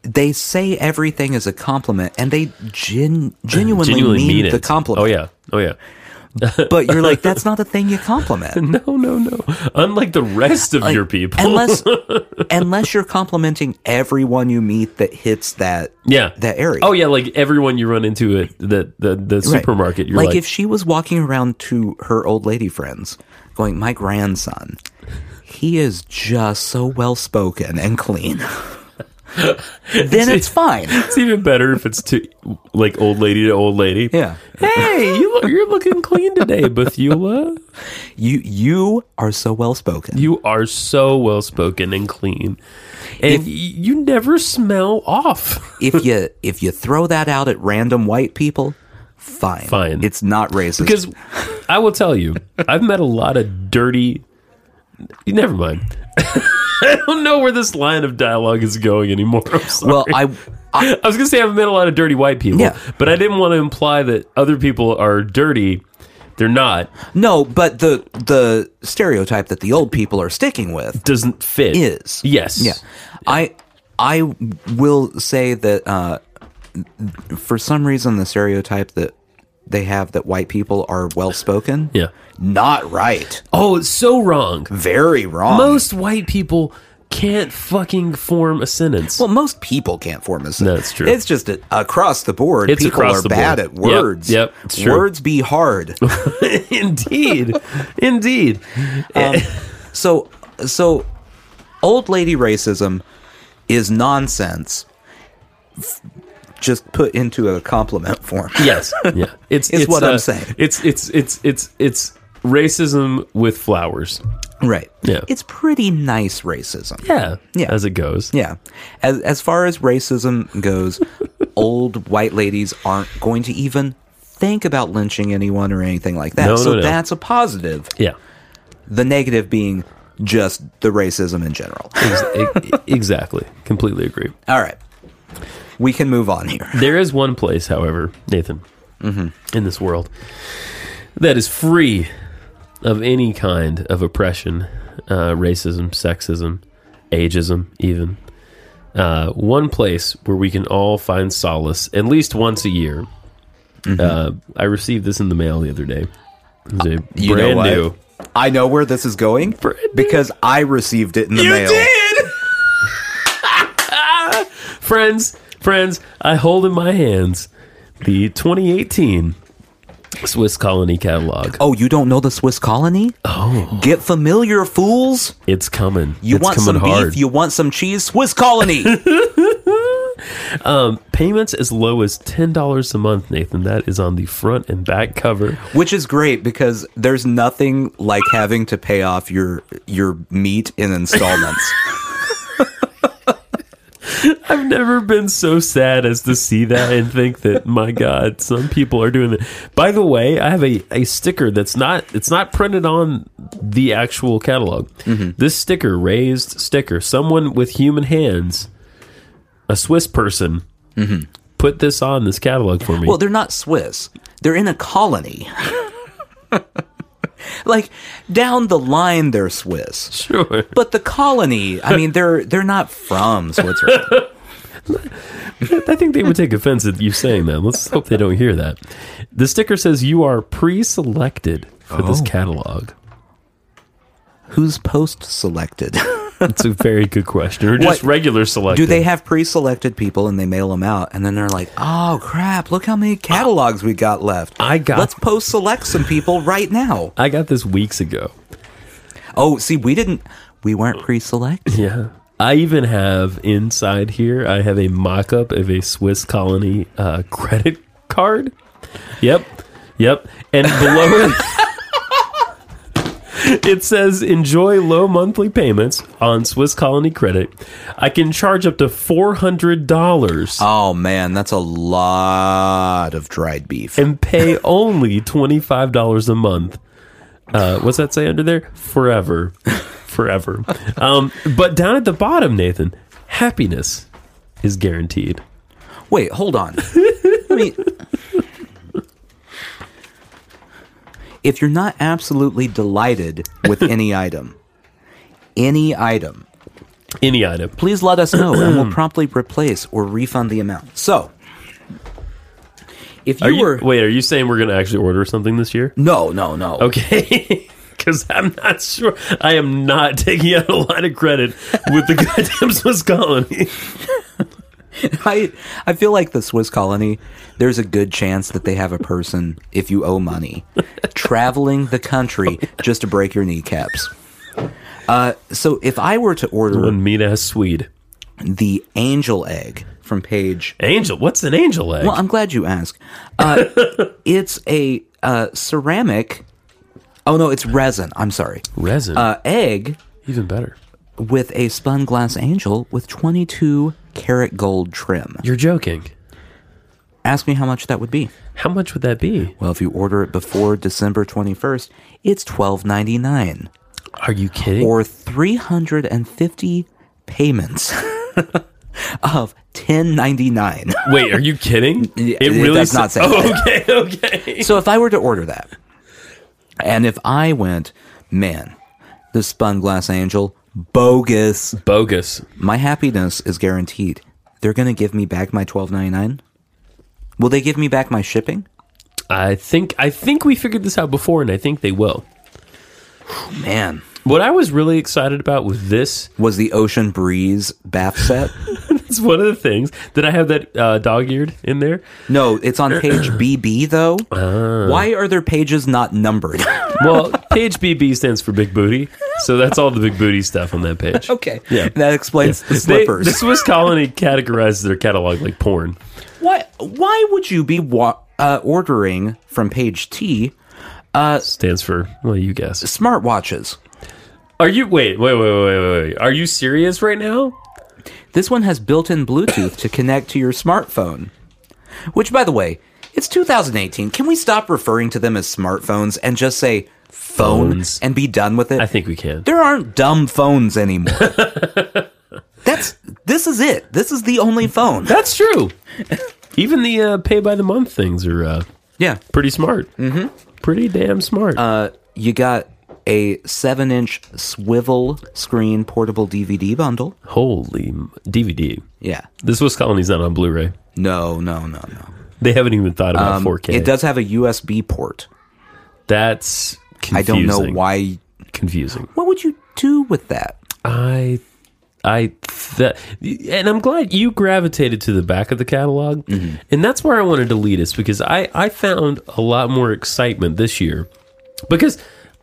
they say everything is a compliment and they gen- genuinely,
Genuinely
mean,
mean it.
the compliment.
Oh yeah. Oh yeah.
But you're
(laughs)
like that's not a thing you compliment.
No, no, no. Unlike the rest of
Like,
your people.
unless unless you're complimenting everyone you meet that hits that
(laughs) yeah.
that area.
Oh yeah, like everyone you run into at the the, the
Right.
supermarket, you're
like,
like,
if she was walking around to her old lady friends, going, "My grandson, he is just so well spoken and clean."
(laughs)
then it's fine.
(laughs) it's even better if it's to like old lady to old lady.
Yeah,
Hey, you look, you're looking clean today, Bethula.
you you are so well spoken.
You are so well spoken and clean, and y you never smell off.
if you if you throw that out at random white people, fine,
Fine.
It's not racist
Because I will tell you, I've met a lot of dirty. Never mind. (laughs) I don't know where this line of dialogue is going anymore. I'm sorry. (laughs)
well, I
I was gonna say I've met a lot of dirty white people,
Yeah.
but I didn't want to imply that other people are dirty. They're not.
No, but the the stereotype that the old people are sticking with
Doesn't fit.
is
yes.
yeah. I I will say that uh, for some reason the stereotype that they have that white people are well spoken,
Yeah.
not right,
Oh, it's so wrong.
very wrong.
Most white people can't fucking form a sentence.
well, most people can't form a sentence.
That's true.
It's just a, across the board.
It's
people
across
are
the
bad
board.
at
Yep,
words.
yep, it's true.
words be hard.
(laughs) indeed, indeed.
So so old lady racism is nonsense f- just put into a compliment form.
yes, yeah. It's
It's what I'm
uh,
saying.
It's it's it's it's it's racism with flowers.
(laughs) Right.
Yeah.
It's pretty nice racism.
Yeah,
Yeah.
As it goes.
Yeah. As as far as racism
(laughs)
goes, old white ladies aren't going to even think about lynching anyone or anything like that.
No,
so
no, no.
that's a positive.
Yeah.
The negative being just the racism in general.
Ex- (laughs) e- exactly. Completely agree.
All right. We can move on here.
There is one place, however, Nathan,
Mm-hmm.
in this world that is free of any kind of oppression, uh, racism, sexism, ageism, even. Uh, one place where we can all find solace at least once a year.
Mm-hmm.
Uh, I received this in the mail the other day. It was a
Uh, You
brand
know what?
new.
I know where this is going because I received it in the mail.
did! (laughs) friends, friends, I hold in my hands the 2018 Swiss Colony catalog.
Oh, you don't know the Swiss colony? Oh. Get familiar, fools.
It's coming.
You
it's
want
coming
some
hard.
beef, you want some cheese, Swiss
(laughs)
colony.
Payments as low as $10 a month, Nathan. That is on the front and back cover.
Which is great because there's nothing like having to pay off your your meat in
(laughs)
installments.
I've never been so sad as to see that and think that my God, some people are doing that. By the way, I have a, a sticker that's not it's not printed on the actual catalog.
Mm-hmm.
This sticker, raised sticker, someone with human hands, a Swiss person,
Mm-hmm.
put this on this catalog for me.
well, they're not Swiss. They're in a colony. (laughs) Like down the line, they're Swiss,
Sure.
but the colony. I mean, they're they're not from Switzerland.
I
(laughs)
think they would take offense at you saying that. Let's hope they don't hear that. The sticker says you are pre-selected for this
Oh.
catalog.
Who's post
(laughs)
selected?
That's a very good question. Or just
What-
regular selected.
Do they have pre selected people and they mail them out? And then they're like, oh crap, look how many catalogs we got left.
Uh, I got-
Let's post select some people right now.
I got this weeks ago.
Oh, see, we didn't. We weren't pre
(laughs)
selected.
Yeah. I even have inside here, I have a mock up of a Swiss colony uh, credit card. Yep. Yep. And below it, it (laughs) says enjoy low monthly payments on Swiss colony credit. I can charge up to $400
Oh man, that's a lot of dried beef.
and pay only $25 a month. Uh, what's that say under there? Forever. Forever. Um, but down at the bottom, Nathan, happiness is guaranteed.
Wait, hold
(laughs)
on. Let me. If you're not absolutely delighted with any item, any item,
Any item.
please let us know and
(clears throat)
we'll promptly replace or refund the amount. So, if you,
Are you,
were.
wait, are you saying we're going to actually order something this year?
no, no, no.
Okay. (laughs) Because I'm not sure. I am not taking out a lot of credit with the (laughs) goddamn Swiss colony.
(laughs) I, I feel like the Swiss colony, there's a good chance that they have a person, if you owe
(laughs)
money, traveling the country just to break your kneecaps. Uh, so, if I were to
(laughs)
order
One mean ass Swede.
the angel egg from page.
Angel. What's an angel egg?
Well, I'm glad you asked.
(laughs)
Uh, it's a uh, ceramic. Oh no, it's resin. I'm sorry.
Resin.
Uh, egg
Even better.
with a spun glass angel with 22 karat gold trim.
You're joking.
Ask me how much that would be.
How much would that be?
Well, if you order it before December 21st, it's 12.99
Are you kidding?
or 350 payments (laughs) of 10.99.
Wait, are you kidding?
Yeah, that's
sa-
not
(laughs)
saying
Oh, okay, okay.
So if I were to order that, and if I went, man, the spun glass angel, bogus.
Bogus.
My happiness is guaranteed. They're gonna give me back my twelve ninety nine. Will they give me back my shipping?
I think I think we figured this out before, and I think they will.
Man,
What I was really excited about with this
was the ocean breeze bath set? (laughs)
is one of the things Did I have that uh, dog-eared in there.
no, it's on page (clears throat) BB though. Why are their pages not numbered?
Well, page BB stands for big booty, so that's all the big booty stuff on that
(laughs)
page.
okay,
Yeah.
that explains the
They,
slippers.
the Swiss colony categorizes their catalog like porn.
why? Why would you be wa- uh, ordering from page T
Stands for well, you guess.
smartwatches?
Are you wait wait wait wait wait wait? Are you serious right now?
This one has built-in Bluetooth to connect to your smartphone. Which, by the way, it's 2018. Can we stop referring to them as smartphones and just say phone
Phones.
and be done with it?
I think we can.
there aren't dumb phones (laughs) anymore. That's this is it. This is the only phone.
That's true. Even the uh, pay by the month things are uh,
Yeah,
pretty smart. Mm-hmm. Pretty damn smart.
Uh, you got a seven-inch swivel screen portable DVD bundle.
Holy m- DVD.
Yeah.
This Swiss Colony's not on Blu-ray.
No, no, no, no.
They haven't even thought about 4K.
Um, It does have a USB port.
That's confusing.
I don't know why.
Confusing.
What would you do with that?
I, I, that, and I'm glad you gravitated to the back of the catalog,
Mm-hmm.
and that's where I wanted to lead us because I I found a lot more excitement this year because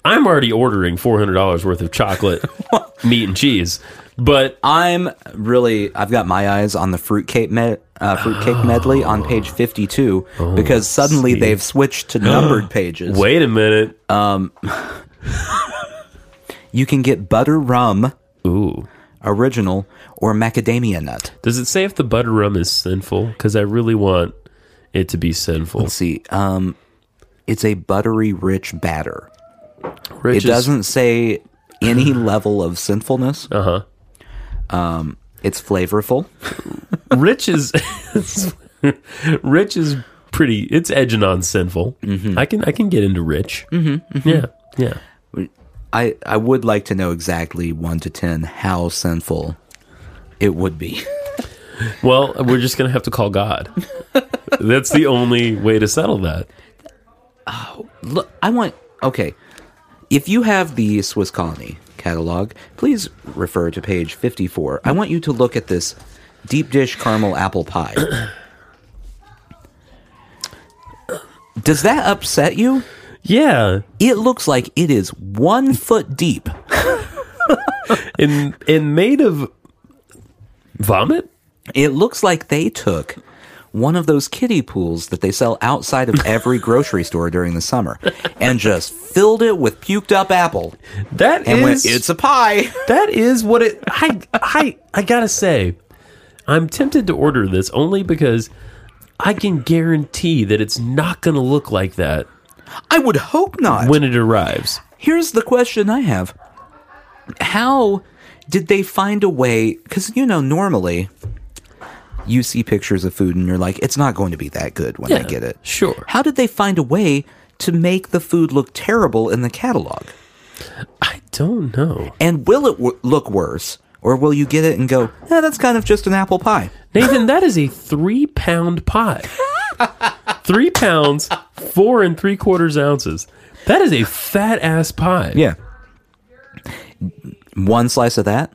I'm already ordering four hundred dollars worth
(laughs)
of chocolate, meat and cheese, but
I'm really I've got my eyes on the fruitcake med, uh, fruitcake medley (gasps) on page 52 because suddenly they've switched to (gasps) numbered pages.
wait a minute,
You can get butter rum
ooh.
original or macadamia nut.
Does it say if the butter rum is sinful? Because I really want it to be sinful.
Let's see. Um it's a buttery rich batter.
Rich
it doesn't say any level of sinfulness. Um,
Uh huh.
It's flavorful.
Rich is (laughs) Rich is
Mm-hmm,
pretty. It's edging on sinful. I can I can get into Rich. Mm-hmm, Yeah, yeah.
I, I would like to know exactly one to ten how sinful it would be.
Well, we're just gonna have to call
(laughs)
God. That's the only way to settle that.
Look, I want okay. If you have the Swiss Colony catalog, please refer to page fifty-four. I want you to look at this deep dish caramel apple pie. Does that upset you?
Yeah,
It looks like it is one foot deep.
and and made of vomit.
It looks like they took one of those kiddie pools that they sell outside of every grocery store during the summer and just filled it with puked up apple
That
and went,
is
it's a pie.
that is what it. I I I gotta say, I'm tempted to order this only because I can guarantee that it's not gonna look like that
I would hope not.
when it arrives.
Here's the question I have How did they find a way? Because, you know, normally you see pictures of food and you're like, it's not going to be that good when I
Yeah,
get it.
sure.
How did they find a way to make the food look terrible in the catalog?
I don't know.
And will it w- look worse? Or will you get it and go, eh, that's kind of just an apple pie?
(laughs) Nathan, that is a three pound
(laughs)
pie. three pounds, four and three quarters ounces. That is a fat ass pie.
Yeah. One slice of that,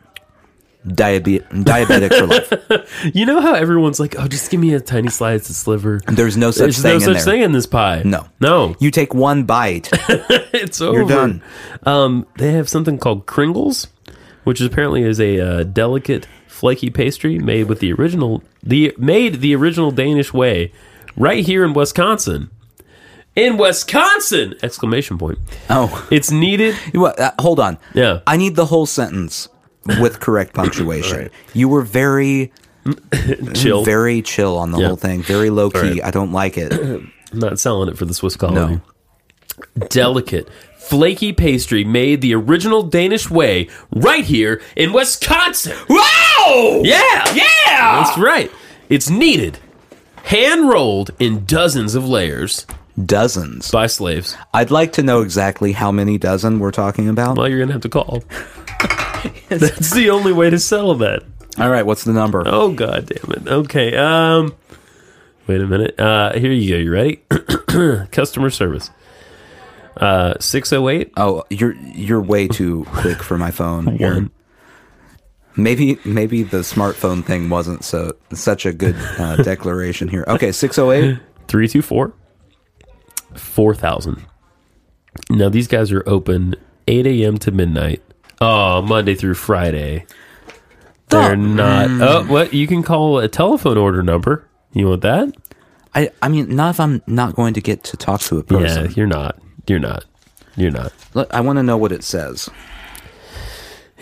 diabe- diabetic for
(laughs)
life.
You know how everyone's like, oh, just give me a tiny slice of sliver.
There's no such
There's
thing
no
in
such
there.
thing in this pie.
No.
No. (laughs)
You take one bite,
It's over. (laughs)
you're done.
Um, they have something called Kringles, which is apparently is a uh, delicate, flaky pastry made with the original the made the original Danish way, right here in Wisconsin. In Wisconsin! Exclamation point!
Oh,
It's needed.
You what- uh, hold on.
Yeah.
I need the whole sentence with correct
(coughs)
punctuation.
Alright.
You were very,
Chill.
very chill on the
Yeah.
whole thing, very low key.
Alright.
I don't like
(coughs)
it.
I'm not selling it for the Swiss colony. Delicate, flaky pastry made the original Danish way right here in Wisconsin.
Wow!
Yeah!
Yeah!
That's right. It's kneaded, hand rolled in dozens of layers
Dozens.
by slaves.
I'd like to know exactly how many dozen we're talking about.
Well, you're going to have to call. (laughs) That's the only way to sell that.
All right, what's the number?
Oh, god damn it. Okay. Um, wait a minute. Uh, here you go. You ready? (clears throat) Customer service. Uh, 608
Oh, you're you're way too quick for my
(laughs)
phone. You're- Maybe maybe the smartphone thing wasn't so such a good
(laughs)
uh, declaration here. Okay, six oh eight.
324 4000 now these guys are open 8 a.m to midnight oh monday through friday they're not oh what you can call a telephone order number you want that
I I mean, not if I'm not going to get to talk to a person.
yeah you're not you're not you're not
Look, I want to know what it says.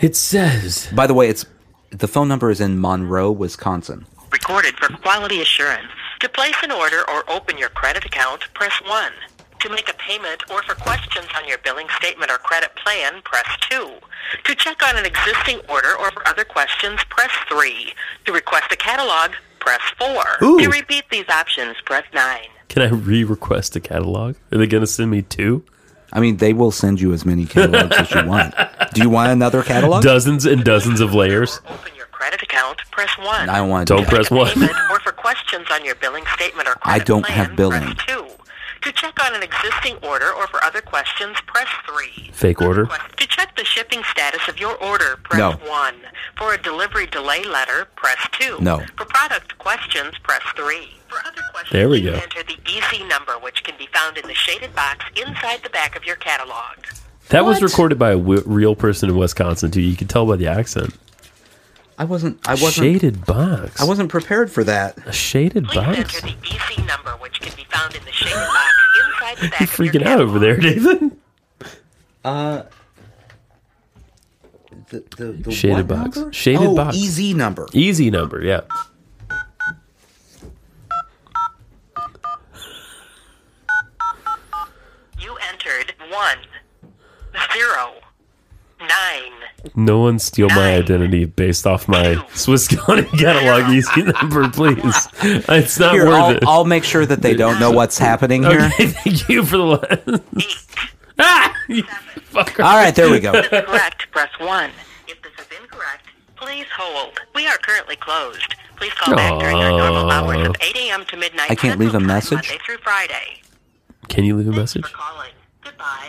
it says
By the way, it's the phone number is in Monroe, Wisconsin.
recorded for quality assurance. To place an order or open your credit account, press 1. To make a payment or for questions on your billing statement or credit plan, press 2. To check on an existing order or for other questions, press 3. To request a catalog, press 4.
Ooh.
To repeat these options, press 9.
can i re-request a catalog are they gonna send me two
I mean, they will send you as many catalogs as you want. Do you want another catalog?
dozens and dozens of layers
Open your credit account, press 1.
I don't want.
don't press
Make a
one
payment or for questions on your billing statement or
I
credit
don't
plan,
have billing.
press 2. To check on an existing order or for other questions, press 3.
fake order
To check the shipping status of your order, press
No.
1. For a delivery delay letter, press 2.
No.
For product questions, press 3. For other questions,
There we
you
go.
enter the EZ number, which can be found in the shaded box inside the back of your catalog.
that was
What?
recorded by a w- real person in wisconsin too you can tell by the accent
I wasn't. I wasn't.
shaded box.
I wasn't prepared for that.
a shaded
Please
box.
enter the EZ number, which can be found in the shaded box inside the
(laughs)
back
You're
of your
freaking
catalog.
out over there, Nathan.
The, the, the
Shaded
what
box.
number?
Shaded
oh,
box.
EZ number.
Easy number, yeah.
You entered 1, 0, 9,
No one steal my
Nine.
identity based off my Swiss County (laughs) catalog easy number, please. It's not
Here,
worth
I'll,
it. (laughs)
I'll make sure that they don't know what's happening here.
okay, thank you for the last.
8,
ah!
7,
motherfucker.
All right, there we go.
correct, press 1. If this is incorrect, please hold. We are currently closed. Please call back during our normal hours of 8 a.m. to midnight.
I can't
Central
leave a
Time,
message?
Monday through Friday.
(laughs) Can you leave a
Thanks
message?
for calling. Goodbye.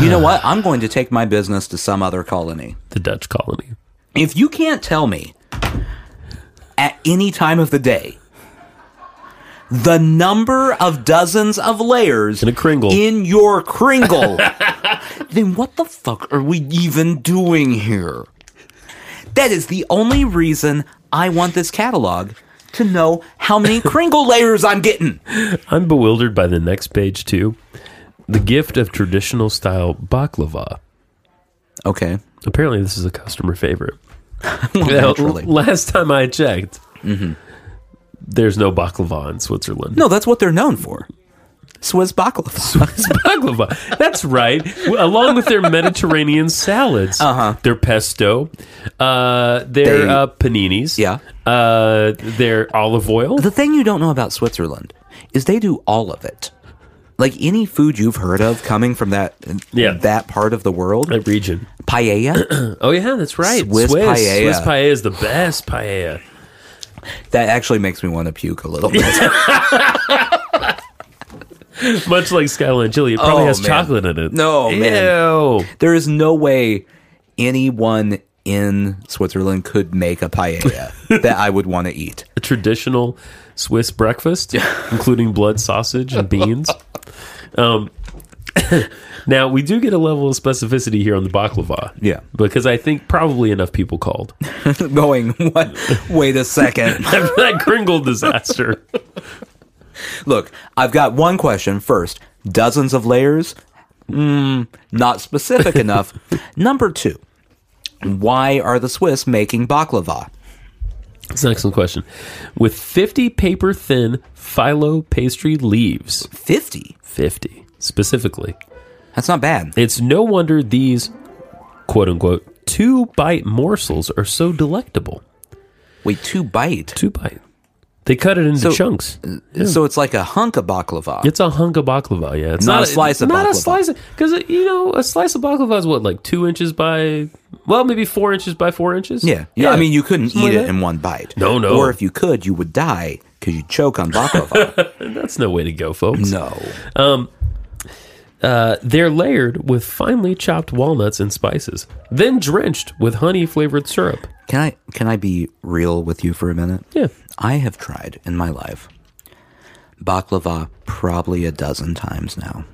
You know what? I'm going to take my business to some other colony.
The Dutch colony.
If you can't tell me at any time of the day the number of dozens of layers
In a Kringle.
in your Kringle, (laughs) then what the fuck are we even doing here? That is the only reason I want this catalog to know how
(laughs)
many Kringle layers I'm getting.
I'm bewildered by the next page too. The gift of traditional style baklava. (laughs)
Okay.
Apparently, this is a customer favorite.
Well,
Now,
naturally. Mm-hmm.
l- last time I checked, there's no baklava in Switzerland.
No, that's what they're known for. Swiss baklava.
It's baklava. That's right. W- Along with their Mediterranean salads, uh-huh. their pesto, uh, their
They-
uh, paninis,
Yeah.
uh, their olive oil.
The thing you don't know about Switzerland is they do all of it. Like any food you've heard of coming from that
Yeah.
that part of the world,
that region.
paella,
Oh yeah, that's right.
Swiss paella.
Swiss paella is the best paella.
that actually makes me want to puke a little bit.
Much like Skyline Chili, it probably
Oh,
has
man.
chocolate in it.
No,
Ew.
man. there is no way anyone in Switzerland could make a paella that I would want to eat.
A traditional Swiss breakfast, including blood sausage and beans. Um, (laughs) now we do get a level of specificity here on the baklava.
Yeah.
because I think probably enough people called (laughs)
Going, what? Wait a second.
after that Kringle disaster.
Look, I've got one question first. Dozens of layers? Mm, not specific
(laughs)
enough. Number two, why are the Swiss making baklava?
It's an excellent question. With fifty paper thin phyllo pastry leaves,
50.
fifty specifically.
That's not bad.
It's no wonder these quote unquote two bite morsels are so delectable.
Wait, two bite.
Two bite. They cut it into
So-
chunks.
So it's like a hunk of baklava.
It's a hunk of baklava, yeah. It's
Not a slice of
not
baklava.
a slice because you know a slice of baklava is what like two inches by well maybe four inches by four inches.
yeah. yeah. I mean, you couldn't
Something
eat
like
it
that.
in one bite.
No, no.
Or if you could, you would die because you'd choke on baklava.
that's (laughs) no way to go, folks.
no.
They're layered with finely chopped walnuts and spices, then drenched with honey flavored syrup.
Can I can I be real with you for a minute?
Yeah,
I have tried in my life baklava probably a dozen times now.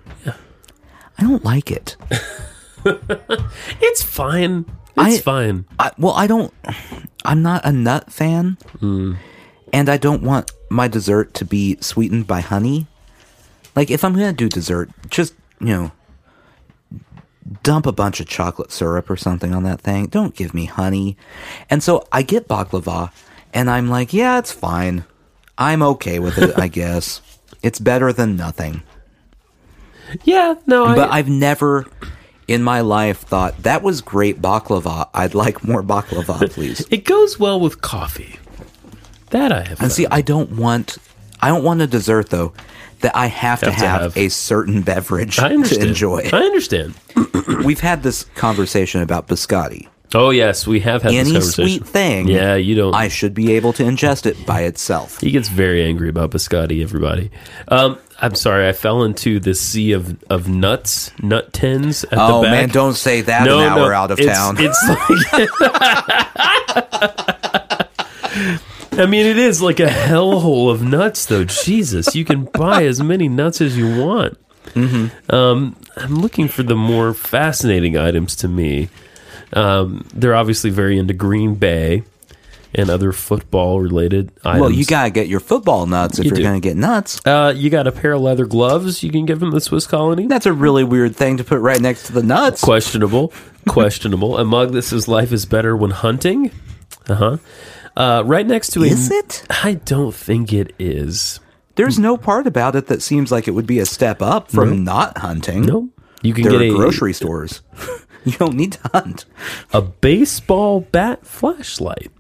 I don't like it.
it's fine.
I-
It's fine.
I, well, I don't. I'm not a nut fan, and I don't want my dessert to be sweetened by honey. Like, if I'm gonna do dessert, just you know, dump a bunch of chocolate syrup or something on that thing. Don't give me honey. And so I get baklava, and I'm like, yeah, it's fine. I'm okay with it, I guess. It's better than nothing.
Oh, Yeah, no, I,
But I've never in my life thought that was great baklava. I'd like more baklava, please.
it goes well with coffee. That I have.
And see, I don't want I don't want a dessert though that I have, to,
Have to
have
have.
a certain beverage
I
to
understand. (clears throat)
enjoy.
I understand.
We've had this conversation about biscotti.
Oh yes, we have had
Any
this conversation.
sweet thing,
Yeah, you don't.
I should be able to ingest it by itself.
he gets very angry about biscotti. Everybody, um, I'm sorry, I fell into this sea of, of nuts, nut tins at
Oh
the back.
man, don't say that an hour out of
it's-
town.
It's (laughs) like. I mean, it is like a hellhole of nuts, though. Jesus, you can buy as many nuts as you want.
Mm-hmm.
Um, I'm looking for the more fascinating items to me. Um, they're obviously very into Green Bay and other football related items.
well, you gotta get your football nuts if
You
you are
do.
gonna get nuts.
Uh, you got a pair of leather gloves you can give him the Swiss colony.
That's a really weird thing to put right next to the nuts. (laughs)
Questionable. Questionable. A mug that says life is better when hunting. Uh-huh. Uh Right next to
Is
a,
it?
I don't think it is.
There's no part about it that seems like it would be a step up from not hunting.
mm. No. You can
There
get
are
a
grocery stores. (laughs) you don't need to hunt.
a baseball bat flashlight.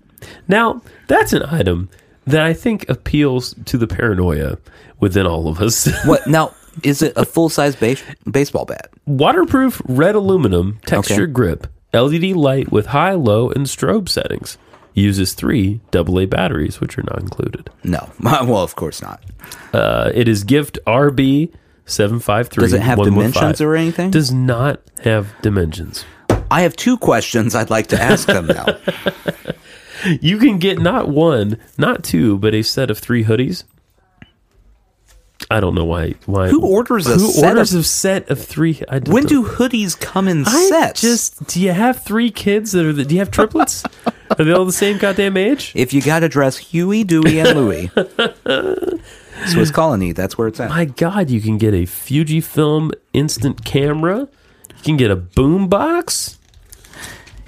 Now that's an item that I think appeals to the paranoia within all of us. (laughs)
What now? Is it a full size base- baseball bat?
Waterproof red aluminum texture grip, LED light with high, low, and strobe settings. Uses three AA batteries, which are not included.
No. (laughs) well, of course not.
Uh, it is gift RB seven five three.
Does it have dimensions or anything?
Does not have dimensions.
I have two questions I'd like to ask them (laughs) now.
You can get not one, not two, but a set of three hoodies. I don't know why. Why
Who orders a
who
set
orders
of-
a set of three? I just
when do
don't-
hoodies come in
I
sets?
Just do you have three kids that are? The, do you have
(laughs)
triplets? are they all the same goddamn age?
if you got to dress Huey, Dewey, and (laughs) Louie, Swiss Colony, that's where it's at.
My God, you can get a Fujifilm instant camera. You can get a boom box.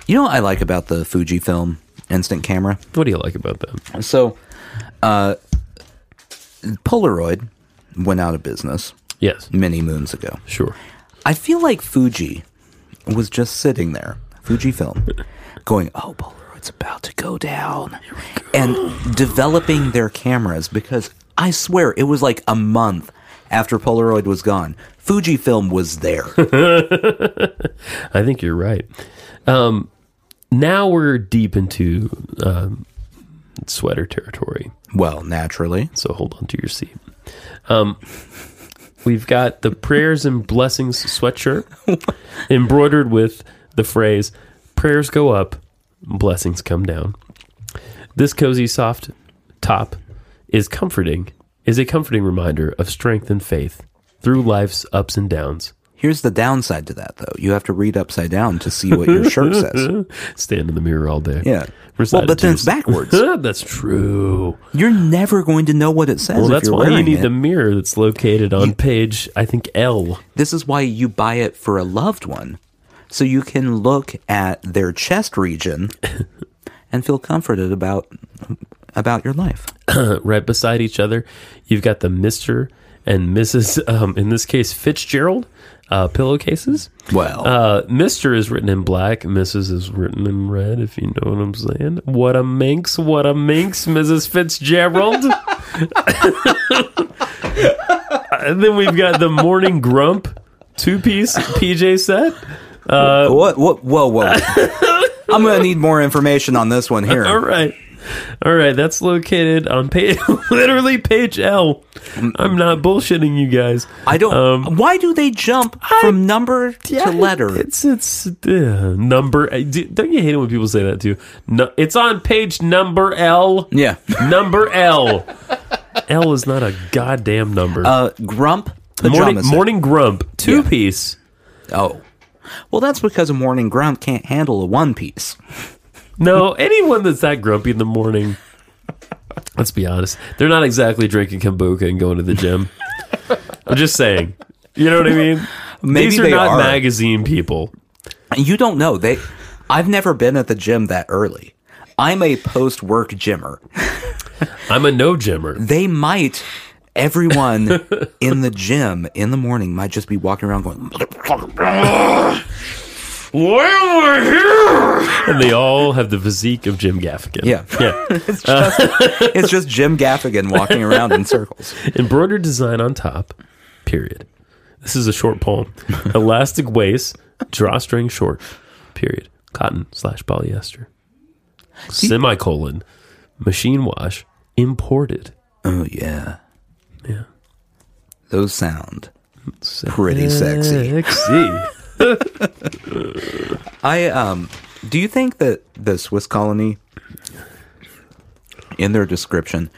You know what I like about the Fujifilm instant camera?
What do you like about that?
So, uh, Polaroid went out of business
Yes,
many moons ago.
sure.
I feel like Fuji was just sitting there,
(laughs)
Fujifilm, going, oh, Polaroid's about to go down, and developing their cameras because I swear it was like a month after Polaroid was gone. Fujifilm was
(laughs)
there.
I think you're right. Um, now we're deep into um, sweater territory,
well, naturally.
so hold on to your seat. Um, we've got the prayers and blessings
(laughs)
sweatshirt embroidered with the phrase "prayers go up, blessings come down." This cozy soft top is comforting. Is a comforting reminder of strength and faith through life's ups and downs. (laughs)
Here's the downside to that, though. You have to read upside down to see what your shirt
(laughs)
says.
Stand in the mirror all day.
Yeah. Well,
Recite
but
it to
then it's
yourself.
backwards.
(laughs) that's true.
You're never going to know what it says.
Well,
if
that's
you're
why you
wearing
need
it.
the mirror that's located on page, I think L.
This is why you buy it for a loved one, so you can look at their chest region and feel comforted about about your life.
right beside each other. You've got the Mister and Mrs. (laughs) Um, in this case, Fitzgerald uh, pillowcases.
Well,
Uh, Mister is written in black. Mrs. is written in red. If you know what I'm saying. What a minx! What a minx, Mrs. Fitzgerald. (laughs) and then we've got the morning grump two-piece PJ set.
what, what? Whoa, whoa!
(laughs)
I'm gonna need more information on this one
All
here.
right. All right, that's located on page (laughs) literally page L. I'm not bullshitting you guys.
I don't.
um,
why do they jump from number to
Yeah,
letter?
It's it's uh, number. I do- Don't you hate it when people say that too? No, it's on page number L.
yeah.
Number L. L is not a goddamn number.
Uh, grump
morning,
pajama set.
morning grump two
Yeah.
piece.
Oh, well, that's because a morning grump can't handle a one piece.
No, anyone that's that grumpy in the morning. Let's be honest. They're not exactly drinking kombucha and going to the gym. (laughs) I'm just saying. You know what I mean?
Maybe
These are
they
not
are.
magazine people.
You don't know. They I've never been at the gym that early. I'm a post-work gymmer.
I'm a no gymmer.
They might (laughs) everyone in the gym in the morning might just be walking around going
And they all have the physique of Jim
(laughs)
Gaffigan.
Yeah.
Yeah.
it's just it's just Jim Gaffigan walking around in circles.
Embroidered design on top, period. This is a short poem.
(laughs)
Elastic waist, drawstring short, period. Cotton slash polyester. Semicolon, machine wash, imported.
Oh yeah.
Yeah.
Those sound pretty sexy.
Sexy.
I um do you think that the Swiss colony in their description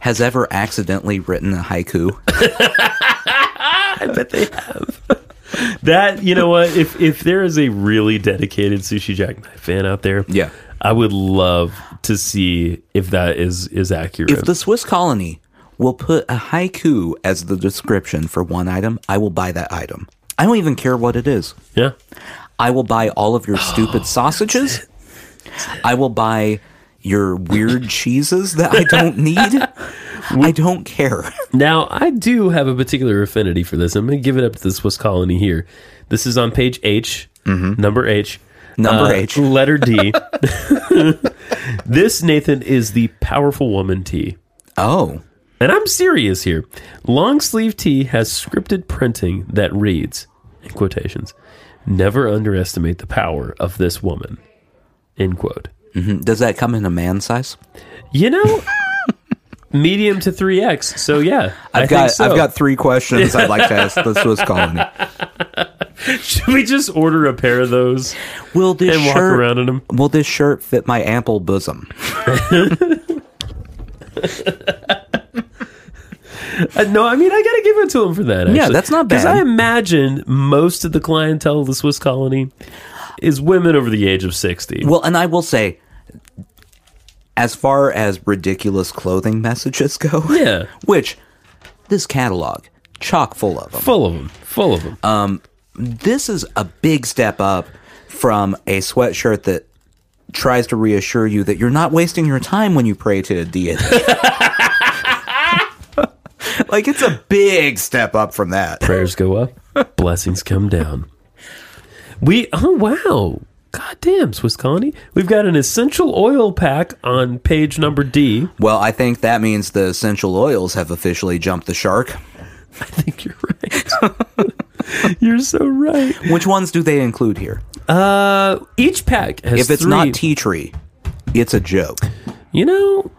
has ever accidentally written a haiku?
I bet they have. that you know what? If if there is a really dedicated sushi jackknife fan out there,
Yeah.
I would love to see if that is is accurate.
If the Swiss colony will put a haiku as the description for one item, I will buy that item. I don't even care what it is.
yeah,
I will buy all
(gasps)
of your stupid sausages. I will buy your
(laughs)
weird cheeses that I don't need. I don't care.
Now, I do have a particular affinity for this. I'm going to give it up to the Swiss colony here. This is on page H, number H.
Mm-hmm.
Uh,
Number H. (laughs)
Letter D. (laughs) this, Nathan, is the powerful woman tea.
Oh,
and I'm serious here. Long sleeve tee has scripted printing that reads, in quotations, never underestimate the power of this woman, end quote.
Hmm, Does that come in a man size? (laughs)
You know, medium to 3X. So, yeah.
I've
I think
got
so.
I've got three questions I'd like to ask. This was calling it.
(laughs) Should we just order a pair of those
Will this
and walk
shirt
around in them?
Will this shirt fit my ample bosom?
Uh, no, I mean I gotta give it to him for that. Actually.
Yeah, that's not
Because
bad.
I imagine most of the clientele of the Swiss colony is women over the age of sixty.
Well, and I will say, as far as ridiculous clothing messages go,
Yeah,
(laughs) which this catalog chock full of them.
full of them, full of them.
this is a big step up from a sweatshirt that tries to reassure you that you're not wasting your time when you pray to a deity. like it's a big step up from that.
Prayers go (laughs) up, blessings come down. We oh wow, goddamn Swiss colony. We've got an essential oil pack on page number D.
Well, I think that means the essential oils have officially jumped the shark.
(laughs) I think you're right. (laughs) you're so right.
Which ones do they include here?
Uh, each pack has
If it's
three-
not tea tree, it's a joke.
You know,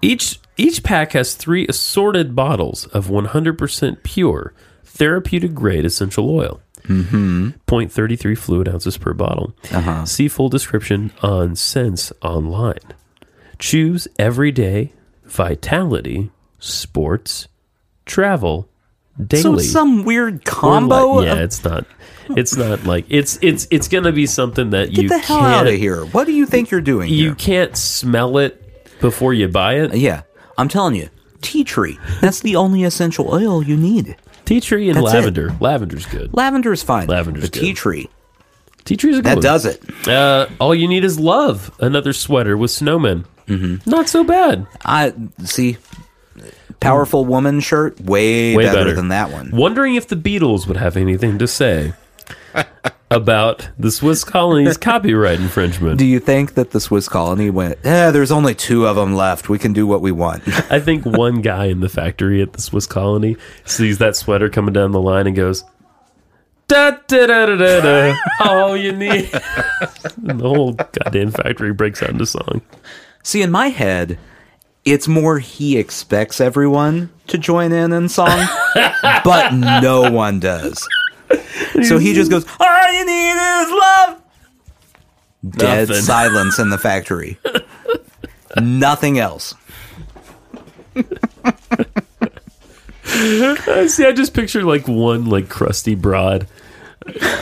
each each pack has three assorted bottles of 100% pure therapeutic grade essential oil. Mm-hmm. 0.33 fluid ounces per bottle. Uh-huh. See full description on Sense Online. Choose everyday, vitality, sports, travel,
So
daily.
some weird
or li-
combo.
yeah,
of,
it's not. It's not like it's it's it's gonna be something that
get
you
the hell
can't
out of here. What do you think you're doing?
you
here?
can't smell it before you buy it.
Yeah, I'm telling you, tea tree. That's the only essential oil you need.
Tea tree and
That's it.
lavender. Lavender's good.
Lavender is fine.
Lavender's
but tea
good.
tree.
Tea tree's a good
That
one.
does it.
Uh, all you need is love. Another sweater with snowmen. Mm-hmm. Not so bad.
I see. Powerful woman shirt, way,
Way
better,
better.
than that one.
Wondering if the Beatles would have anything to
(laughs)
say about the Swiss colony's copyright infringement.
Do you think that the Swiss colony went? Eh, there's only two of them left. We can do what we want.
I think one guy in the factory at the Swiss colony sees that sweater coming down the line and goes, da da da da
(laughs)
da da. All you need. (laughs) and the whole goddamn factory breaks out into song.
see, in my head, it's more he expects everyone to join in in song, but no one does. So he just goes, "All you need is love." Dead
Nothing.
silence in the factory. Nothing else.
I see. I just picture like one like crusty broad,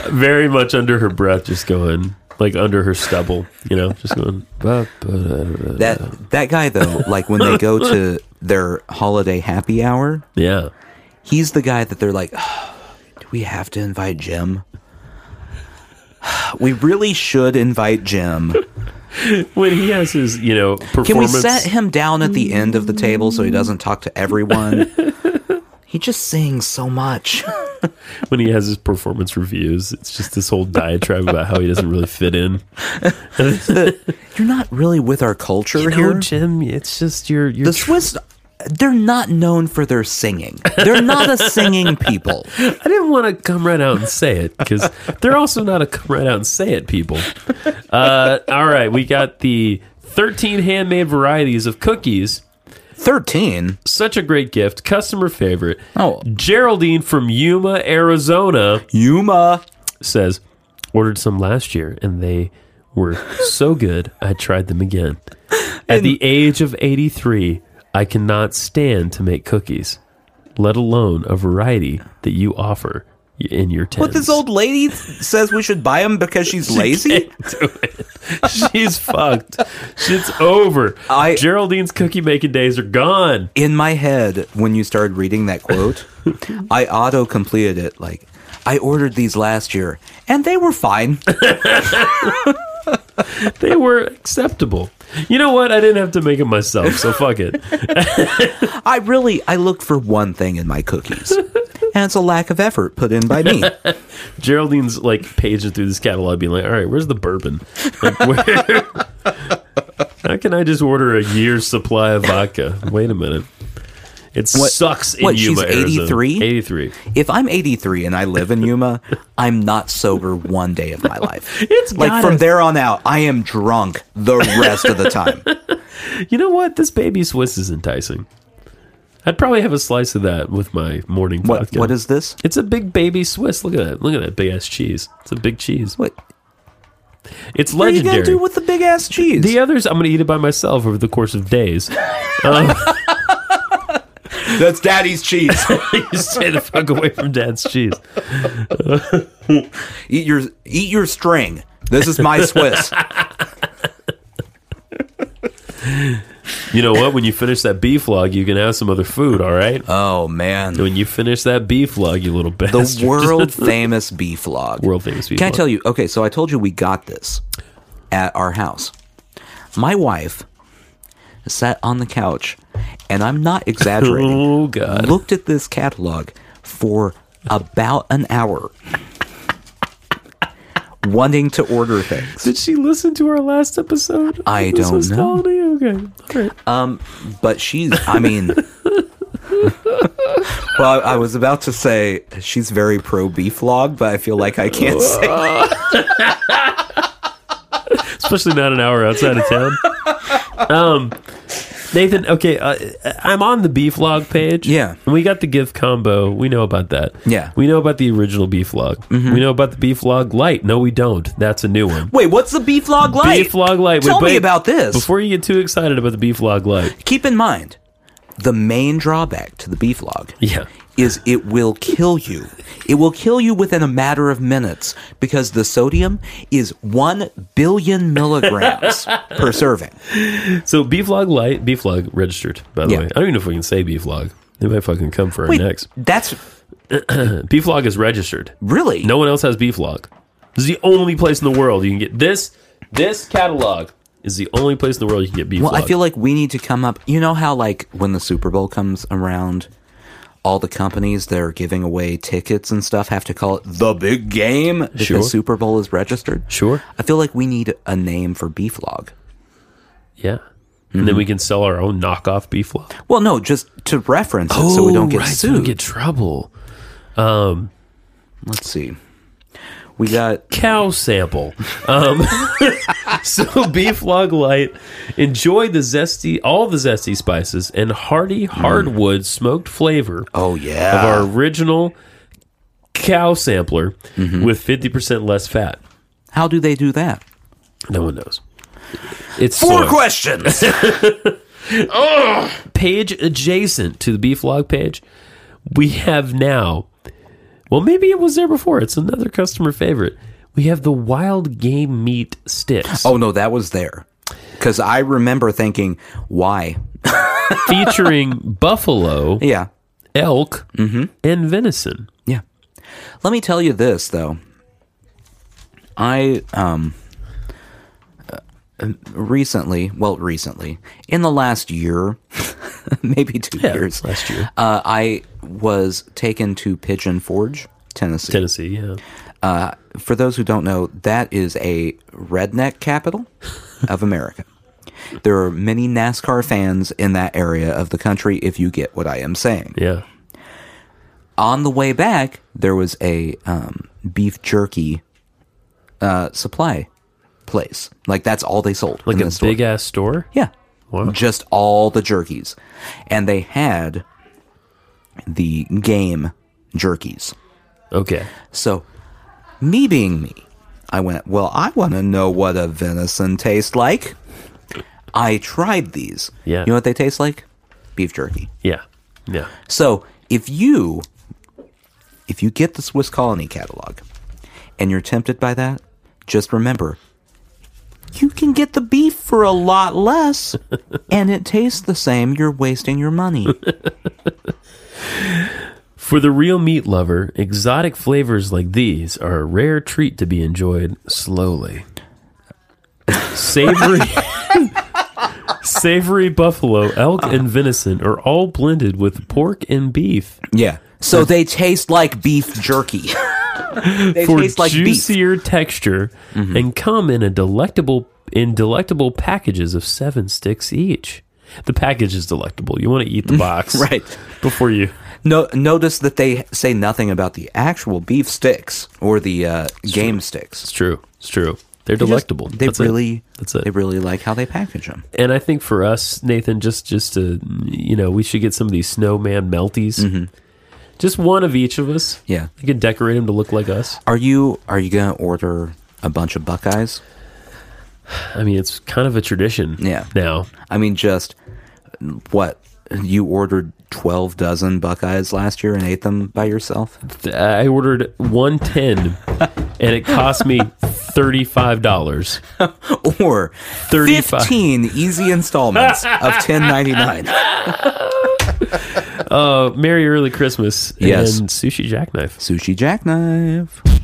very much under her breath, just going like under her stubble, you know, just going. "Ba, ba, da, da, da."
That that guy though, like when they go to their holiday happy hour,
Yeah,
he's the guy that they're like, "Ah, do we have to invite Jim? (sighs) we really should invite Jim.
when he has his you know performance.
Can we set him down at the end of the table so he doesn't talk to everyone? he just sings so much.
when he has his performance reviews, it's just this whole diatribe about how he doesn't really fit in.
You're not really with our culture
No,
here.
Jim, it's just your your.
The Swiss, they're not known for their singing. They're not a singing people.
I didn't want to come right out and say it because they're also not a come right out and say it people. Uh, all right, we got the thirteen handmade varieties of cookies.
(laughs) Thirteen.
such a great gift, customer favorite.
Oh.
Geraldine from Yuma, Arizona
Yuma.
says, ordered some last year and they were so good, I tried them
(laughs)
again. At the age of 83, I cannot stand to make cookies, let alone a variety that you offer in your tent.
But this old (laughs) lady says we should buy them because she's lazy.
(laughs) She's fucked. Shit's over.
I-
Geraldine's cookie making days are gone.
in my head when you started reading that quote, I auto completed it. Like, I ordered these last year and they were fine.
They were acceptable. You know what? I didn't have to make it myself, so fuck it.
I really, I looked for one thing in my
(laughs)
cookies, and it's a lack of effort put in by me.
Geraldine's like paging through this catalog, being like, "All right, where's the bourbon? Like, (laughs) where? how can I just order a year's supply of vodka? Wait a minute." It sucks in
what, she's
Yuma, Arizona.
83?
83.
If I'm 83 and I live in Yuma, I'm not sober one day of my life.
(laughs) It's
like
gotta-
from there on out, I am drunk the rest of the
(laughs)
time.
You know what? This baby Swiss is enticing. I'd probably have a slice of that with my morning
What
vodka.
what is this?
It's a big baby Swiss. Look at that. Look at that big ass cheese. It's a big cheese.
What,
It's
what are you
legendary.
gonna do with the big ass cheese?
the others, I'm going to eat it by myself over the course of days. (laughs)
That's daddy's cheese.
you stay the fuck away from dad's cheese.
(laughs) eat your eat your string. This is my
(laughs)
Swiss.
You know what? When you finish that beef log, you can have some other food, all right?
Oh man.
when you finish that beef log, you little bastard. (laughs)
The world famous beef log.
World famous beef
Can
log.
I tell you? Okay, so I told you we got this at our house. My wife sat on the couch, and I'm
(laughs)
not exaggerating.
Oh, God.
looked at this catalog for about an hour, wanting to order things.
Did she listen to our last episode?
I
This
don't
was
know.
quality? Okay. All right.
But she's, I mean, (laughs) well, I, I was about to say she's very pro beef log, but I feel like I can't say
especially not an hour outside of town.
(laughs)
um, Nathan, okay, uh, I'm on the beef log page.
Yeah.
and we got the gift combo. We know about that.
Yeah. Mm-hmm.
we know about the original beef log. We know about the beef log light. No, we don't. That's a new one.
Wait, what's the beef log like?
Beef log light.
Tell
Wait,
me
wait.
about this.
Before you get too excited about the beef log light,
Keep in mind, the main drawback to the beef log
yeah,
is it will kill you. It will kill you within a matter of minutes because the sodium is 1 billion
(laughs)
milligrams per serving.
So beef log light, beef log registered. By the
Yeah.
way, I don't even know if we can say beef log. They might fucking come for our
Wait,
next.
that's
Beef log is registered.
really?
No one else has beef log. This is the only place in the world you can get this. This catalog is the only place in the world you can get beef
Well,
log.
I feel like we need to come up. You know how, like, when the Super Bowl comes around, all the companies that are giving away tickets and stuff have to call it the big game because
Sure.
Super Bowl is registered.
sure.
I feel like we need a name for beef log.
Yeah. And then we can sell our own knockoff beef log.
Well, no, just to reference it so we don't get
Oh, right, so we
sued.
don't get trouble.
Let's see. We got
cow sample. Um, (laughs) so beef log light. Enjoy the zesty, all the zesty spices and hearty hardwood smoked flavor
oh
of
yeah,
our original cow sampler
Mm-hmm.
with fifty percent less fat.
How do they do that?
No one knows. It's soy.
questions.
page adjacent to the beef log page. We have now. Well, maybe it was there before. It's another customer favorite. We have the wild game meat sticks.
(laughs) oh no, that was there. Because I remember thinking, why?
featuring
(laughs)
buffalo,
Yeah,
elk,
Mm-hmm.
and venison.
yeah. Let me tell you this though. I um uh, recently, well, recently in the last year, (laughs) maybe two
Yeah,
years,
last year.
uh, I was taken to Pigeon Forge, Tennessee.
Tennessee, yeah.
for those who don't know, that is a redneck capital of America. There are many NASCAR fans in that area of the country, if you get what I am saying.
Yeah.
On the way back, there was a um, beef jerky uh, supply place. Like, that's all they sold.
Like
in
a
the store.
big ass store.
Yeah.
Wow.
Just all the jerkies. And they had the game jerkies.
Okay.
So, me being me, I went, Well, I want to know what a venison tastes like. I tried these.
Yeah.
You know what they taste like? Beef jerky.
Yeah. Yeah.
So, if you if you get the Swiss Colony catalog and you're tempted by that, just remember you can get the beef for a lot
(laughs)
less and it tastes the same. You're wasting your money.
For the real meat lover, exotic flavors like these are a rare treat to be enjoyed slowly. Savory (laughs) Savory buffalo, elk, and venison are all blended with pork and beef
Yeah. So they taste like beef
(laughs)
jerky. (laughs) they
for
taste like beef. Mm-hmm.
juicier texture and come in a delectable in delectable packages of seven sticks each. The package is delectable. You want
(laughs)
to eat the box
Right.
before you.
No, notice that they say nothing about the actual beef sticks or the uh, game sticks.
It's true. It's true. They're
They just-
delectable.
they
That's it.
really,
That's it.
They really like how they package them.
and I think for us, Nathan, just just to you know, we should get some of these snowman melties. Just one of each of us.
Mm-hmm. Yeah.
you can decorate them to look like us.
Are you are you gonna order a bunch of Buckeyes?
I mean, it's kind of a tradition.
Yeah.
Now,
I mean, just what you ordered twelve dozen Buckeyes last year and ate them by yourself.
th- I ordered
(laughs)
one tin, and it cost me thirty five dollars.
or
35.
15 easy installments of 1099
Uh, Merry early Christmas
Yes.
and sushi jackknife.
sushi jackknife